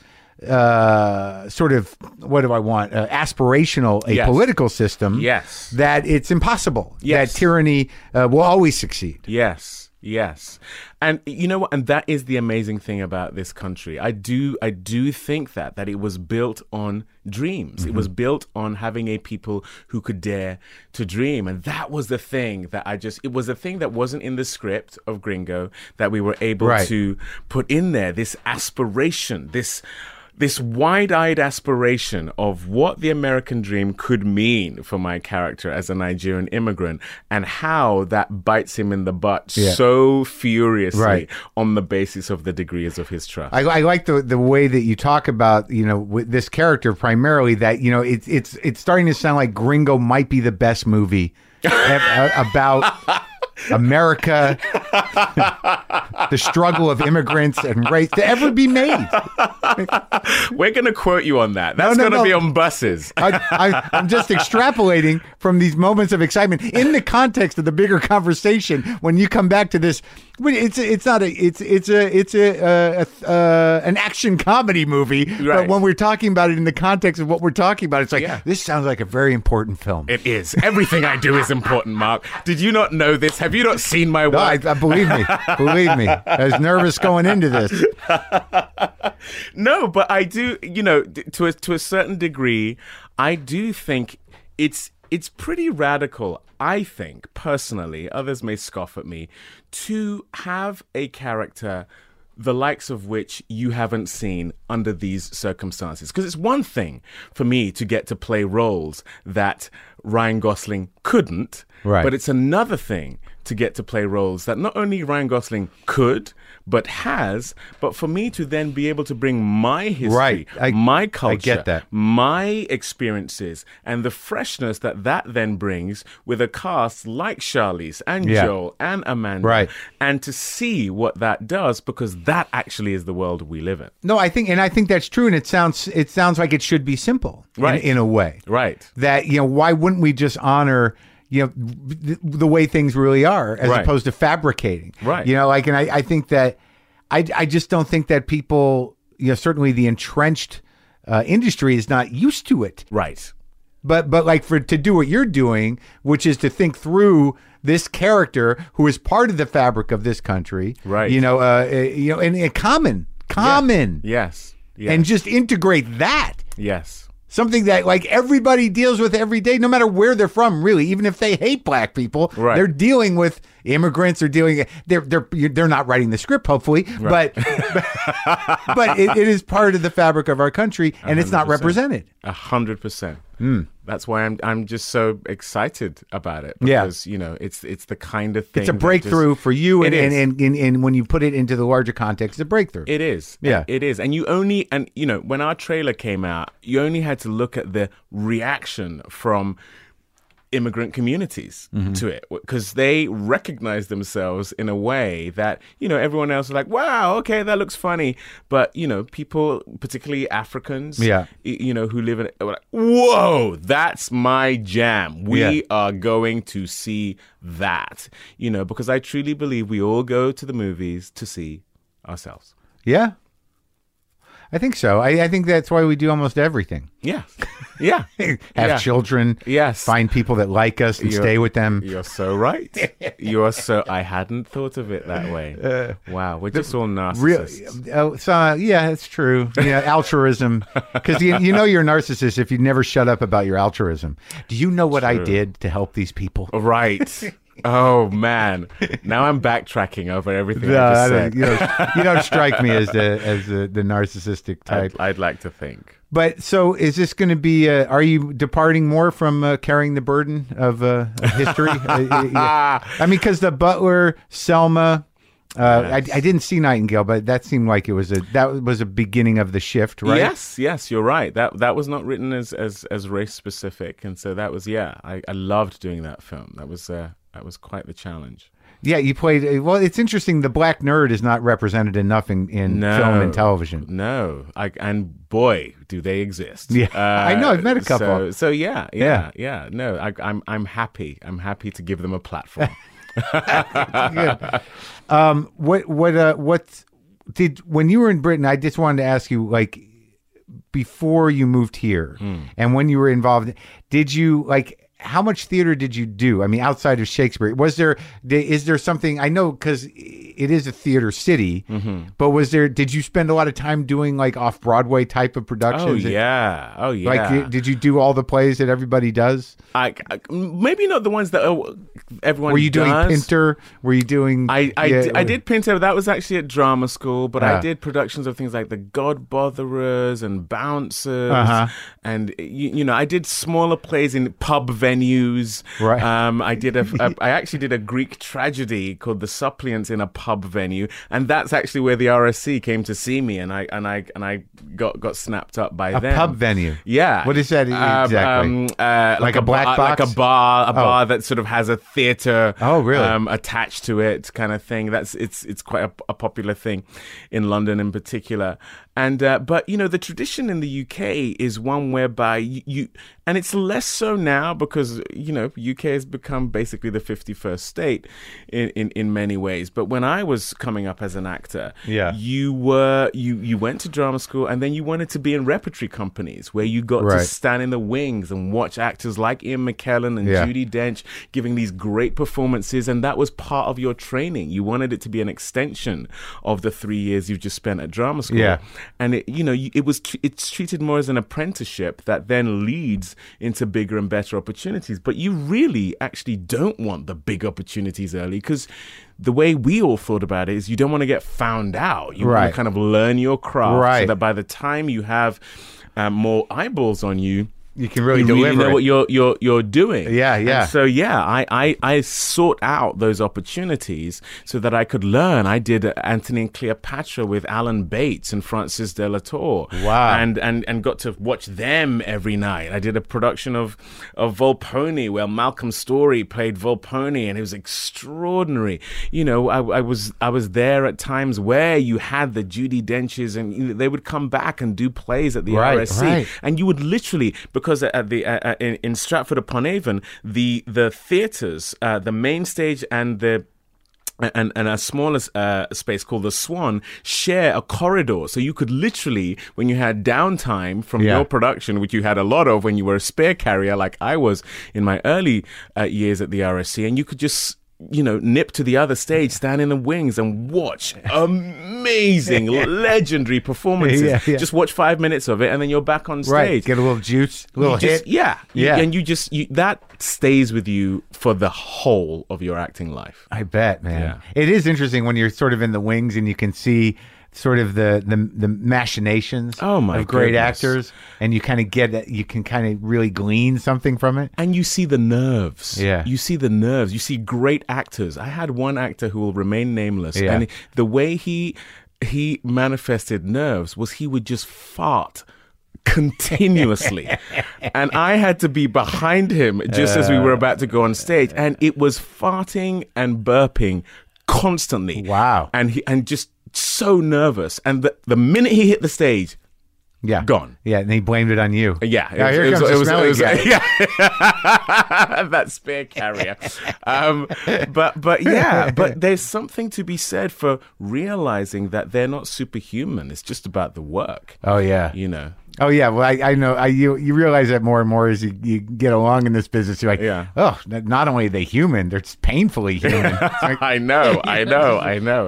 Speaker 1: uh sort of what do i want uh, aspirational a
Speaker 3: Yes.
Speaker 1: political system
Speaker 3: Yes.
Speaker 1: that it's impossible
Speaker 3: Yes.
Speaker 1: that tyranny uh, will always succeed
Speaker 3: Yes, yes, and you know what? And that is the amazing thing about this country. I do, I do think that that it was built on dreams. It was built on having a people who could dare to dream, and that was the thing that I just. It was the thing that wasn't in the script of Gringo that we were able
Speaker 1: Right.
Speaker 3: to put in there. This aspiration, this. This wide eyed aspiration of what the American dream could mean for my character as a Nigerian immigrant and how that bites him in the butt
Speaker 1: Yeah.
Speaker 3: so furiously
Speaker 1: Right.
Speaker 3: on the basis of the degrees of his trust.
Speaker 1: I, I like the the way that you talk about you know with this character primarily that you know it's it's it's starting to sound like Gringo might be the best movie a- a- about America, *laughs* the struggle of immigrants and race to ever be made.
Speaker 3: We're going to quote you on that. That's
Speaker 1: no, no.
Speaker 3: going to be on buses.
Speaker 1: I, I, I'm just extrapolating from these moments of excitement in the context of the bigger conversation. When you come back to this, when it's it's not a it's it's a it's a, uh a uh, an action comedy movie. But
Speaker 3: Right.
Speaker 1: when we're talking about it in the context of what we're talking about, it's like
Speaker 3: Yeah.
Speaker 1: this sounds like a very important film.
Speaker 3: It is. Everything I do is important, Mark. Did you not know this? Have you not seen my work?
Speaker 1: no, I, I believe me, believe me. I was nervous going into
Speaker 3: *laughs*
Speaker 1: this.
Speaker 3: No, but I do. You know, d- to a, to a certain degree, I do think it's it's pretty radical. I think personally, others may scoff at me, to have a character the likes of which you haven't seen under these circumstances because it's one thing for me to get to play roles that Ryan Gosling couldn't.
Speaker 1: Right.
Speaker 3: But it's another thing to get to play roles that not only Ryan Gosling could, but has, but for me to then be able to bring my history,
Speaker 1: Right. I-
Speaker 3: my culture,
Speaker 1: that.
Speaker 3: my experiences, and the freshness that that then brings with a cast like Charlize and
Speaker 1: Yeah.
Speaker 3: Joel and Amanda,
Speaker 1: Right.
Speaker 3: and to see what that does because that actually is the world we live in.
Speaker 1: No, I think, and I think that's true. And it sounds, it sounds like it should be simple, in-
Speaker 3: Right.
Speaker 1: In, a way,
Speaker 3: Right.
Speaker 1: That you know, why wouldn't we just honor, you know, the, the way things really are, as
Speaker 3: Right.
Speaker 1: opposed to fabricating,
Speaker 3: Right.
Speaker 1: You know, like, and I, I think that, I, I just don't think that people, you know, certainly the entrenched uh, industry is not used to it.
Speaker 3: Right.
Speaker 1: but but like for to do what you're doing which is to think through this character who is part of the fabric of this country
Speaker 3: Right.
Speaker 1: you know uh, uh, you know and, and common common
Speaker 3: Yes. Yes.
Speaker 1: and just integrate that
Speaker 3: yes.
Speaker 1: something that like everybody deals with every day no matter where they're from really even if they hate black people
Speaker 3: Right.
Speaker 1: they're dealing with immigrants they're dealing they're they're they're not writing the script hopefully
Speaker 3: *laughs*
Speaker 1: but but it, it is part of the fabric of our country and it's not
Speaker 3: 100%.
Speaker 1: represented
Speaker 3: A hundred percent.
Speaker 1: Hmm.
Speaker 3: That's why I'm I'm just so excited about it.
Speaker 1: Yeah.
Speaker 3: Because, you know, it's it's the kind of thing
Speaker 1: it's a
Speaker 3: that just-
Speaker 1: breakthrough for you and,
Speaker 3: It
Speaker 1: and,
Speaker 3: is.
Speaker 1: and, and, and when you put it into the larger context it's a breakthrough
Speaker 3: It is.
Speaker 1: Yeah.
Speaker 3: It is. And you only, and you know, when our trailer came out, you only had to look at the reaction from immigrant communities
Speaker 1: Mm-hmm.
Speaker 3: to it because they recognize themselves in a way that, you know, everyone else is like, wow, okay, that looks funny. But, you know, people, particularly Africans,
Speaker 1: Yeah.
Speaker 3: y- you know, who live in, are like, whoa, that's my jam. We
Speaker 1: Yeah.
Speaker 3: are going to see that, you know, because I truly believe we all go to the movies to see ourselves.
Speaker 1: yeah i think so I, I think that's why we do almost everything
Speaker 3: Yeah. Yeah.
Speaker 1: have
Speaker 3: Yeah.
Speaker 1: children
Speaker 3: Yes.
Speaker 1: find people that like us and
Speaker 3: You're-
Speaker 1: stay with them
Speaker 3: *laughs* You're so right. you are so. I hadn't thought of it that way.
Speaker 1: Uh,
Speaker 3: wow. We're just all
Speaker 1: Real,
Speaker 3: narcissists.
Speaker 1: oh, so yeah, it's true.
Speaker 3: *laughs*
Speaker 1: Yeah, altruism, because you, you know you're a narcissist if you never shut up about your altruism. Do you know what I did to help these people?
Speaker 3: Right. Oh, man. Now I'm backtracking over everything
Speaker 1: No,
Speaker 3: I
Speaker 1: I
Speaker 3: just
Speaker 1: don't,
Speaker 3: said.
Speaker 1: you, don't, you
Speaker 3: *laughs*
Speaker 1: don't strike me as the as the, the narcissistic type.
Speaker 3: I'd, I'd like to think.
Speaker 1: But so is this going to be? Uh, are you departing more from uh, carrying the burden of, uh, of
Speaker 3: *laughs*
Speaker 1: history? Uh, uh, yeah. I mean, because the Butler, Selma. Uh, I, I didn't see Nightingale, but that seemed like it was a that was a beginning of the shift, right?
Speaker 3: Yes, yes, you're right. That that was not written as as, as race specific, and so that was yeah. I, I loved doing that film. That was uh, that was quite the challenge.
Speaker 1: Yeah, you played. uh, Well, it's interesting. The black nerd is not represented enough in, in film and television.
Speaker 3: No, I, and boy, do they exist!
Speaker 1: Yeah. *laughs* I know, I've met a
Speaker 3: So,
Speaker 1: couple.
Speaker 3: so yeah, yeah, yeah, No, I, I'm I'm happy. I'm happy to give them a
Speaker 1: *laughs*
Speaker 3: platform.
Speaker 1: What what uh what did when you were in Britain? I just wanted to ask you like before you moved here
Speaker 3: Hmm.
Speaker 1: and when you were involved, did you like how much theater did you do? I mean, outside of Shakespeare, was there th- is there something I know because it is a theater city,
Speaker 3: Mm-hmm.
Speaker 1: but was there did you spend a lot of time doing like off Broadway type of productions?
Speaker 3: oh yeah, oh yeah.
Speaker 1: Like, did- did you do all the plays that everybody does?
Speaker 3: I, I- maybe not the ones that oh, everyone.
Speaker 1: Were you doing
Speaker 3: does.
Speaker 1: Pinter? Were you doing?
Speaker 3: I I,
Speaker 1: Um, yeah,
Speaker 3: di- I did Pinto. That was actually at drama school, but
Speaker 1: Ah.
Speaker 3: I did productions of things like The God Botherers and Bouncers,
Speaker 1: Uh-huh.
Speaker 3: and you, you know I did smaller plays in pub venues.
Speaker 1: Right.
Speaker 3: Um, I did
Speaker 1: *laughs*
Speaker 3: a, a I actually did a Greek tragedy called The Suppliants in a pub venue, and that's actually where the RSC came to see me, and I and I and I got got snapped up by
Speaker 1: a
Speaker 3: them.
Speaker 1: pub venue.
Speaker 3: Yeah.
Speaker 1: What is that
Speaker 3: Um,
Speaker 1: exactly?
Speaker 3: um, uh, like,
Speaker 1: a black
Speaker 3: bar,
Speaker 1: box?
Speaker 3: Like a bar, a bar that sort of has a theater.
Speaker 1: Oh, really?
Speaker 3: Um, attached to it, kind of thing. That's it's it's quite a, a popular thing in London in particular. And uh, but you know the tradition in the UK is one whereby you, you and it's less so now because you know UK has become basically the 51st state in in, in many ways. But when I was coming up as an actor,
Speaker 1: Yeah.
Speaker 3: you were you you went to drama school and then you wanted to be in repertory companies where you got
Speaker 1: Right.
Speaker 3: to stand in the wings and watch actors like Ian McKellen and
Speaker 1: Yeah.
Speaker 3: Judy Dench giving these great performances and that was part of your training you wanted it to be an extension of the 3 years you've just spent at drama school
Speaker 1: Yeah.
Speaker 3: and it, you know you, it was tr- it's treated more as an apprenticeship that then leads into bigger and better opportunities but you really actually don't want the big opportunities early because the way we all thought about it is you don't want to get found out you want
Speaker 1: Right.
Speaker 3: to kind of learn your craft so
Speaker 1: Right.
Speaker 3: that by the time you have um, more uh, eyeballs on you
Speaker 1: you can really
Speaker 3: you
Speaker 1: deliver.
Speaker 3: really know
Speaker 1: it.
Speaker 3: what you're you're you're doing.
Speaker 1: Yeah, yeah.
Speaker 3: And so yeah, I, I I sought out those opportunities so that I could learn. I did Anthony and Cleopatra with Alan Bates and Francis de la Tour.
Speaker 1: Wow.
Speaker 3: And and and got to watch them every night. I did a production of of Volpone where Malcolm Story played Volpone and it was extraordinary. You know, I, I was I was there at times where you had the Judy Dench's and you know, they would come back and do plays at the
Speaker 1: Right,
Speaker 3: RSC
Speaker 1: right.
Speaker 3: and you would literally because at the uh, uh, in, in Stratford upon Avon, the the theaters, uh, the main stage, and the and, and a smaller uh, space called the Swan share a corridor, so you could literally, when you had downtime from
Speaker 1: Yeah.
Speaker 3: your production, which you had a lot of when you were a spare carrier, like I was in my early uh, years at the RSC, and you could just. You know, nip to the other stage, stand in the wings, and
Speaker 1: *laughs*
Speaker 3: watch amazing, legendary performances.
Speaker 1: *laughs* Yeah, yeah.
Speaker 3: Just watch five minutes of it, and then you're back on stage.
Speaker 1: right, get a little juice, a little
Speaker 3: You just-
Speaker 1: hit.
Speaker 3: Yeah, You-
Speaker 1: Yeah.
Speaker 3: and you just you, that stays with you for the whole of your acting life.
Speaker 1: I bet, man. It is interesting when you're sort of in the wings and you can see sort of the the, the machinations
Speaker 3: Oh, my
Speaker 1: of great
Speaker 3: goodness.
Speaker 1: actors, and you kind of get it- you can kind of really glean something from it.
Speaker 3: And you see the nerves.
Speaker 1: Yeah.
Speaker 3: You see the nerves. You see great actors. I had one actor who will remain nameless.
Speaker 1: Yeah.
Speaker 3: And the way he he manifested nerves was he would just fart
Speaker 1: *laughs*
Speaker 3: continuously. and I had to be behind him just as we were about to go on stage. And it was farting and burping constantly.
Speaker 1: Wow.
Speaker 3: And he and just so nervous. And the, the minute he hit the stage,
Speaker 1: Yeah,
Speaker 3: Gone.
Speaker 1: Yeah, and he blamed it on you.
Speaker 3: yeah,
Speaker 1: Now, here comes the smelly guy.
Speaker 3: *laughs* yeah. *laughs* that spear carrier. um, but but
Speaker 1: *laughs*
Speaker 3: yeah, but there's something to be said for realizing that they're not superhuman. It's just about the work,
Speaker 1: Oh yeah.
Speaker 3: you know.
Speaker 1: Oh yeah. Well, I, I know. I you you realize that more and more as you, you get along in this business. You're like,
Speaker 3: Yeah.
Speaker 1: Oh, n- not only are they human, they're just painfully human.
Speaker 3: *laughs*
Speaker 1: It's like,
Speaker 3: I know, I know, I know.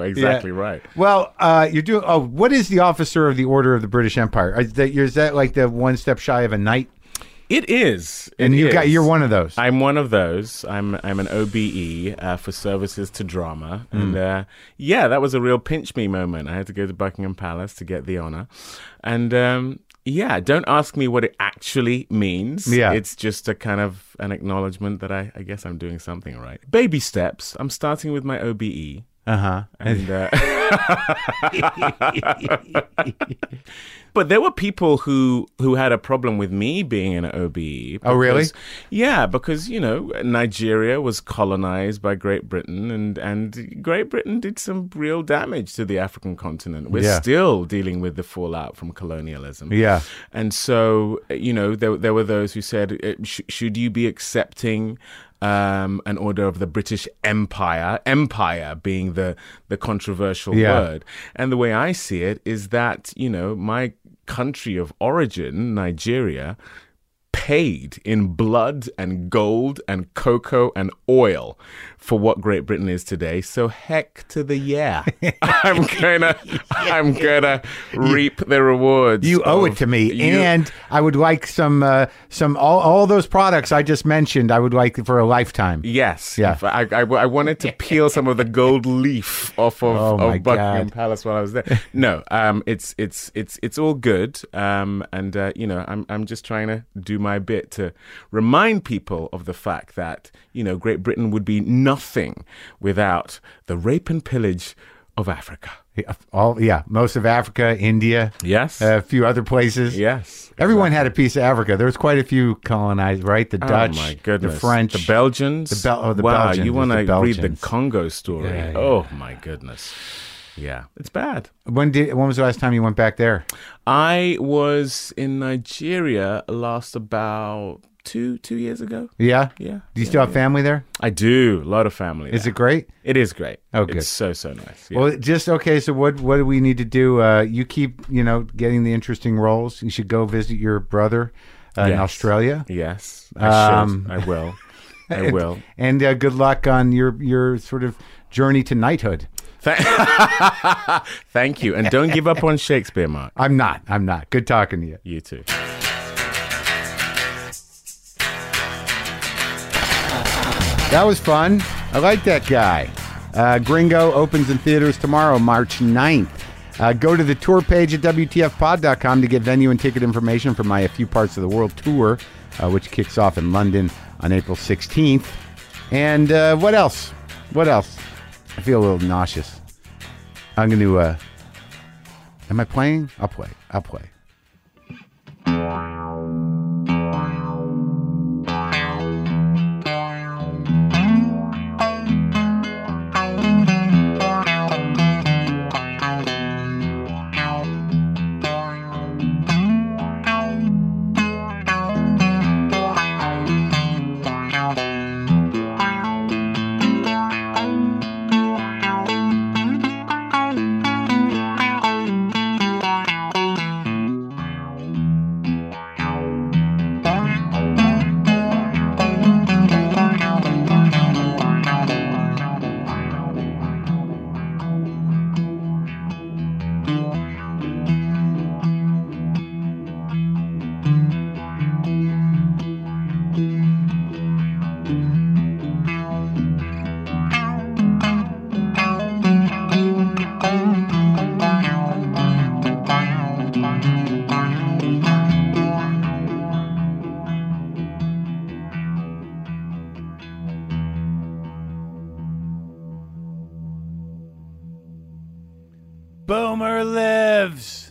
Speaker 1: *laughs*
Speaker 3: Exactly
Speaker 1: Yeah.
Speaker 3: right.
Speaker 1: Well, uh, you're doing. Oh, what is the officer of the Order of the British Empire? Is that, is that like the one step shy of a knight?
Speaker 3: It is,
Speaker 1: And
Speaker 3: it
Speaker 1: you got
Speaker 3: is.
Speaker 1: you're one of those.
Speaker 3: I'm one of those. I'm I'm an OBE uh, for services to drama,
Speaker 1: Hmm.
Speaker 3: and uh, yeah, that was a real pinch me moment. I had to go to Buckingham Palace to get the honor, and um, yeah, don't ask me what it actually means.
Speaker 1: Yeah.
Speaker 3: it's just a kind of an acknowledgement that I, I guess I'm doing something right. Baby steps. I'm starting with my E. OBE,
Speaker 1: Uh huh.
Speaker 3: and. Uh, *laughs* But there were people who who had a problem with me being an OBE.
Speaker 1: Oh, really?
Speaker 3: because- Yeah, because you know Nigeria was colonized by Great Britain, and and Great Britain did some real damage to the African continent. We're
Speaker 1: Yeah.
Speaker 3: still dealing with the fallout from colonialism.
Speaker 1: Yeah.
Speaker 3: and so you know there there were those who said, eh, sh- should you be accepting? Um, an order of the British Empire, empire being the the controversial
Speaker 1: Yeah.
Speaker 3: word. And the way I see it is that, you know, my country of origin, Nigeria, paid in blood and gold and cocoa and oil for what Great Britain is today. So heck to the yeah. I'm gonna I'm gonna reap the rewards.
Speaker 1: You owe it
Speaker 3: of-
Speaker 1: to me,
Speaker 3: you-
Speaker 1: and I would like some uh, some all, all those products I just mentioned. I would like for a lifetime.
Speaker 3: Yes.
Speaker 1: Yeah.
Speaker 3: If I, I, I wanted to peel some of the gold leaf off of,
Speaker 1: Oh, my
Speaker 3: of Buckingham
Speaker 1: God.
Speaker 3: Palace while I
Speaker 1: *laughs*
Speaker 3: was there. No, um, it's it's it's it's all good. Um, and uh, you know, I'm I'm just trying to do my bit to remind people of the fact that you know Great Britain would be nothing without the rape and pillage of Africa.
Speaker 1: Yeah, All yeah, most of Africa, India,
Speaker 3: Yes.
Speaker 1: a few other places.
Speaker 3: yes.
Speaker 1: Everyone had a piece of Africa. There was quite a few colonized, right? The Dutch,
Speaker 3: oh my goodness.
Speaker 1: the French,
Speaker 3: the Belgians.
Speaker 1: the Bel- oh, the
Speaker 3: wow,
Speaker 1: Belgians,
Speaker 3: you
Speaker 1: it's
Speaker 3: want
Speaker 1: the
Speaker 3: to read the
Speaker 1: Belgians.
Speaker 3: Congo story?
Speaker 1: Yeah, yeah.
Speaker 3: Oh my goodness. Yeah, it's bad.
Speaker 1: When did when was the last time you went back there?
Speaker 3: I was in Nigeria last about two two years ago.
Speaker 1: Yeah,
Speaker 3: Yeah,
Speaker 1: Do you still have family there?
Speaker 3: I do a lot of family.
Speaker 1: Is
Speaker 3: there.
Speaker 1: it great?
Speaker 3: It is great.
Speaker 1: Oh, good.
Speaker 3: It's so so nice. Yeah.
Speaker 1: Well, just okay. So what what do we need to do? Uh, you keep you know getting the interesting roles. You should go visit your brother uh, in
Speaker 3: Yes.
Speaker 1: Australia.
Speaker 3: yes, I
Speaker 1: Um,
Speaker 3: should. I
Speaker 1: *laughs*
Speaker 3: will. I will.
Speaker 1: And uh, good luck on your your sort of journey to knighthood.
Speaker 3: Tha- *laughs* Thank you, and don't give up on Shakespeare, Mark.
Speaker 1: I'm not. I'm not. Good talking to you.
Speaker 3: You too.
Speaker 1: That was fun. I like that guy. Uh, Gringo opens in theaters tomorrow, March 9th. Uh, go to the tour page at WTFpod.com to get venue and ticket information for my A Few Parts of the World tour uh, which kicks off in London on April 16th. And uh, what else? What else? I feel a little nauseous. I'm going to. Uh, am I playing? I'll play. I'll play.
Speaker 4: Boomer lives.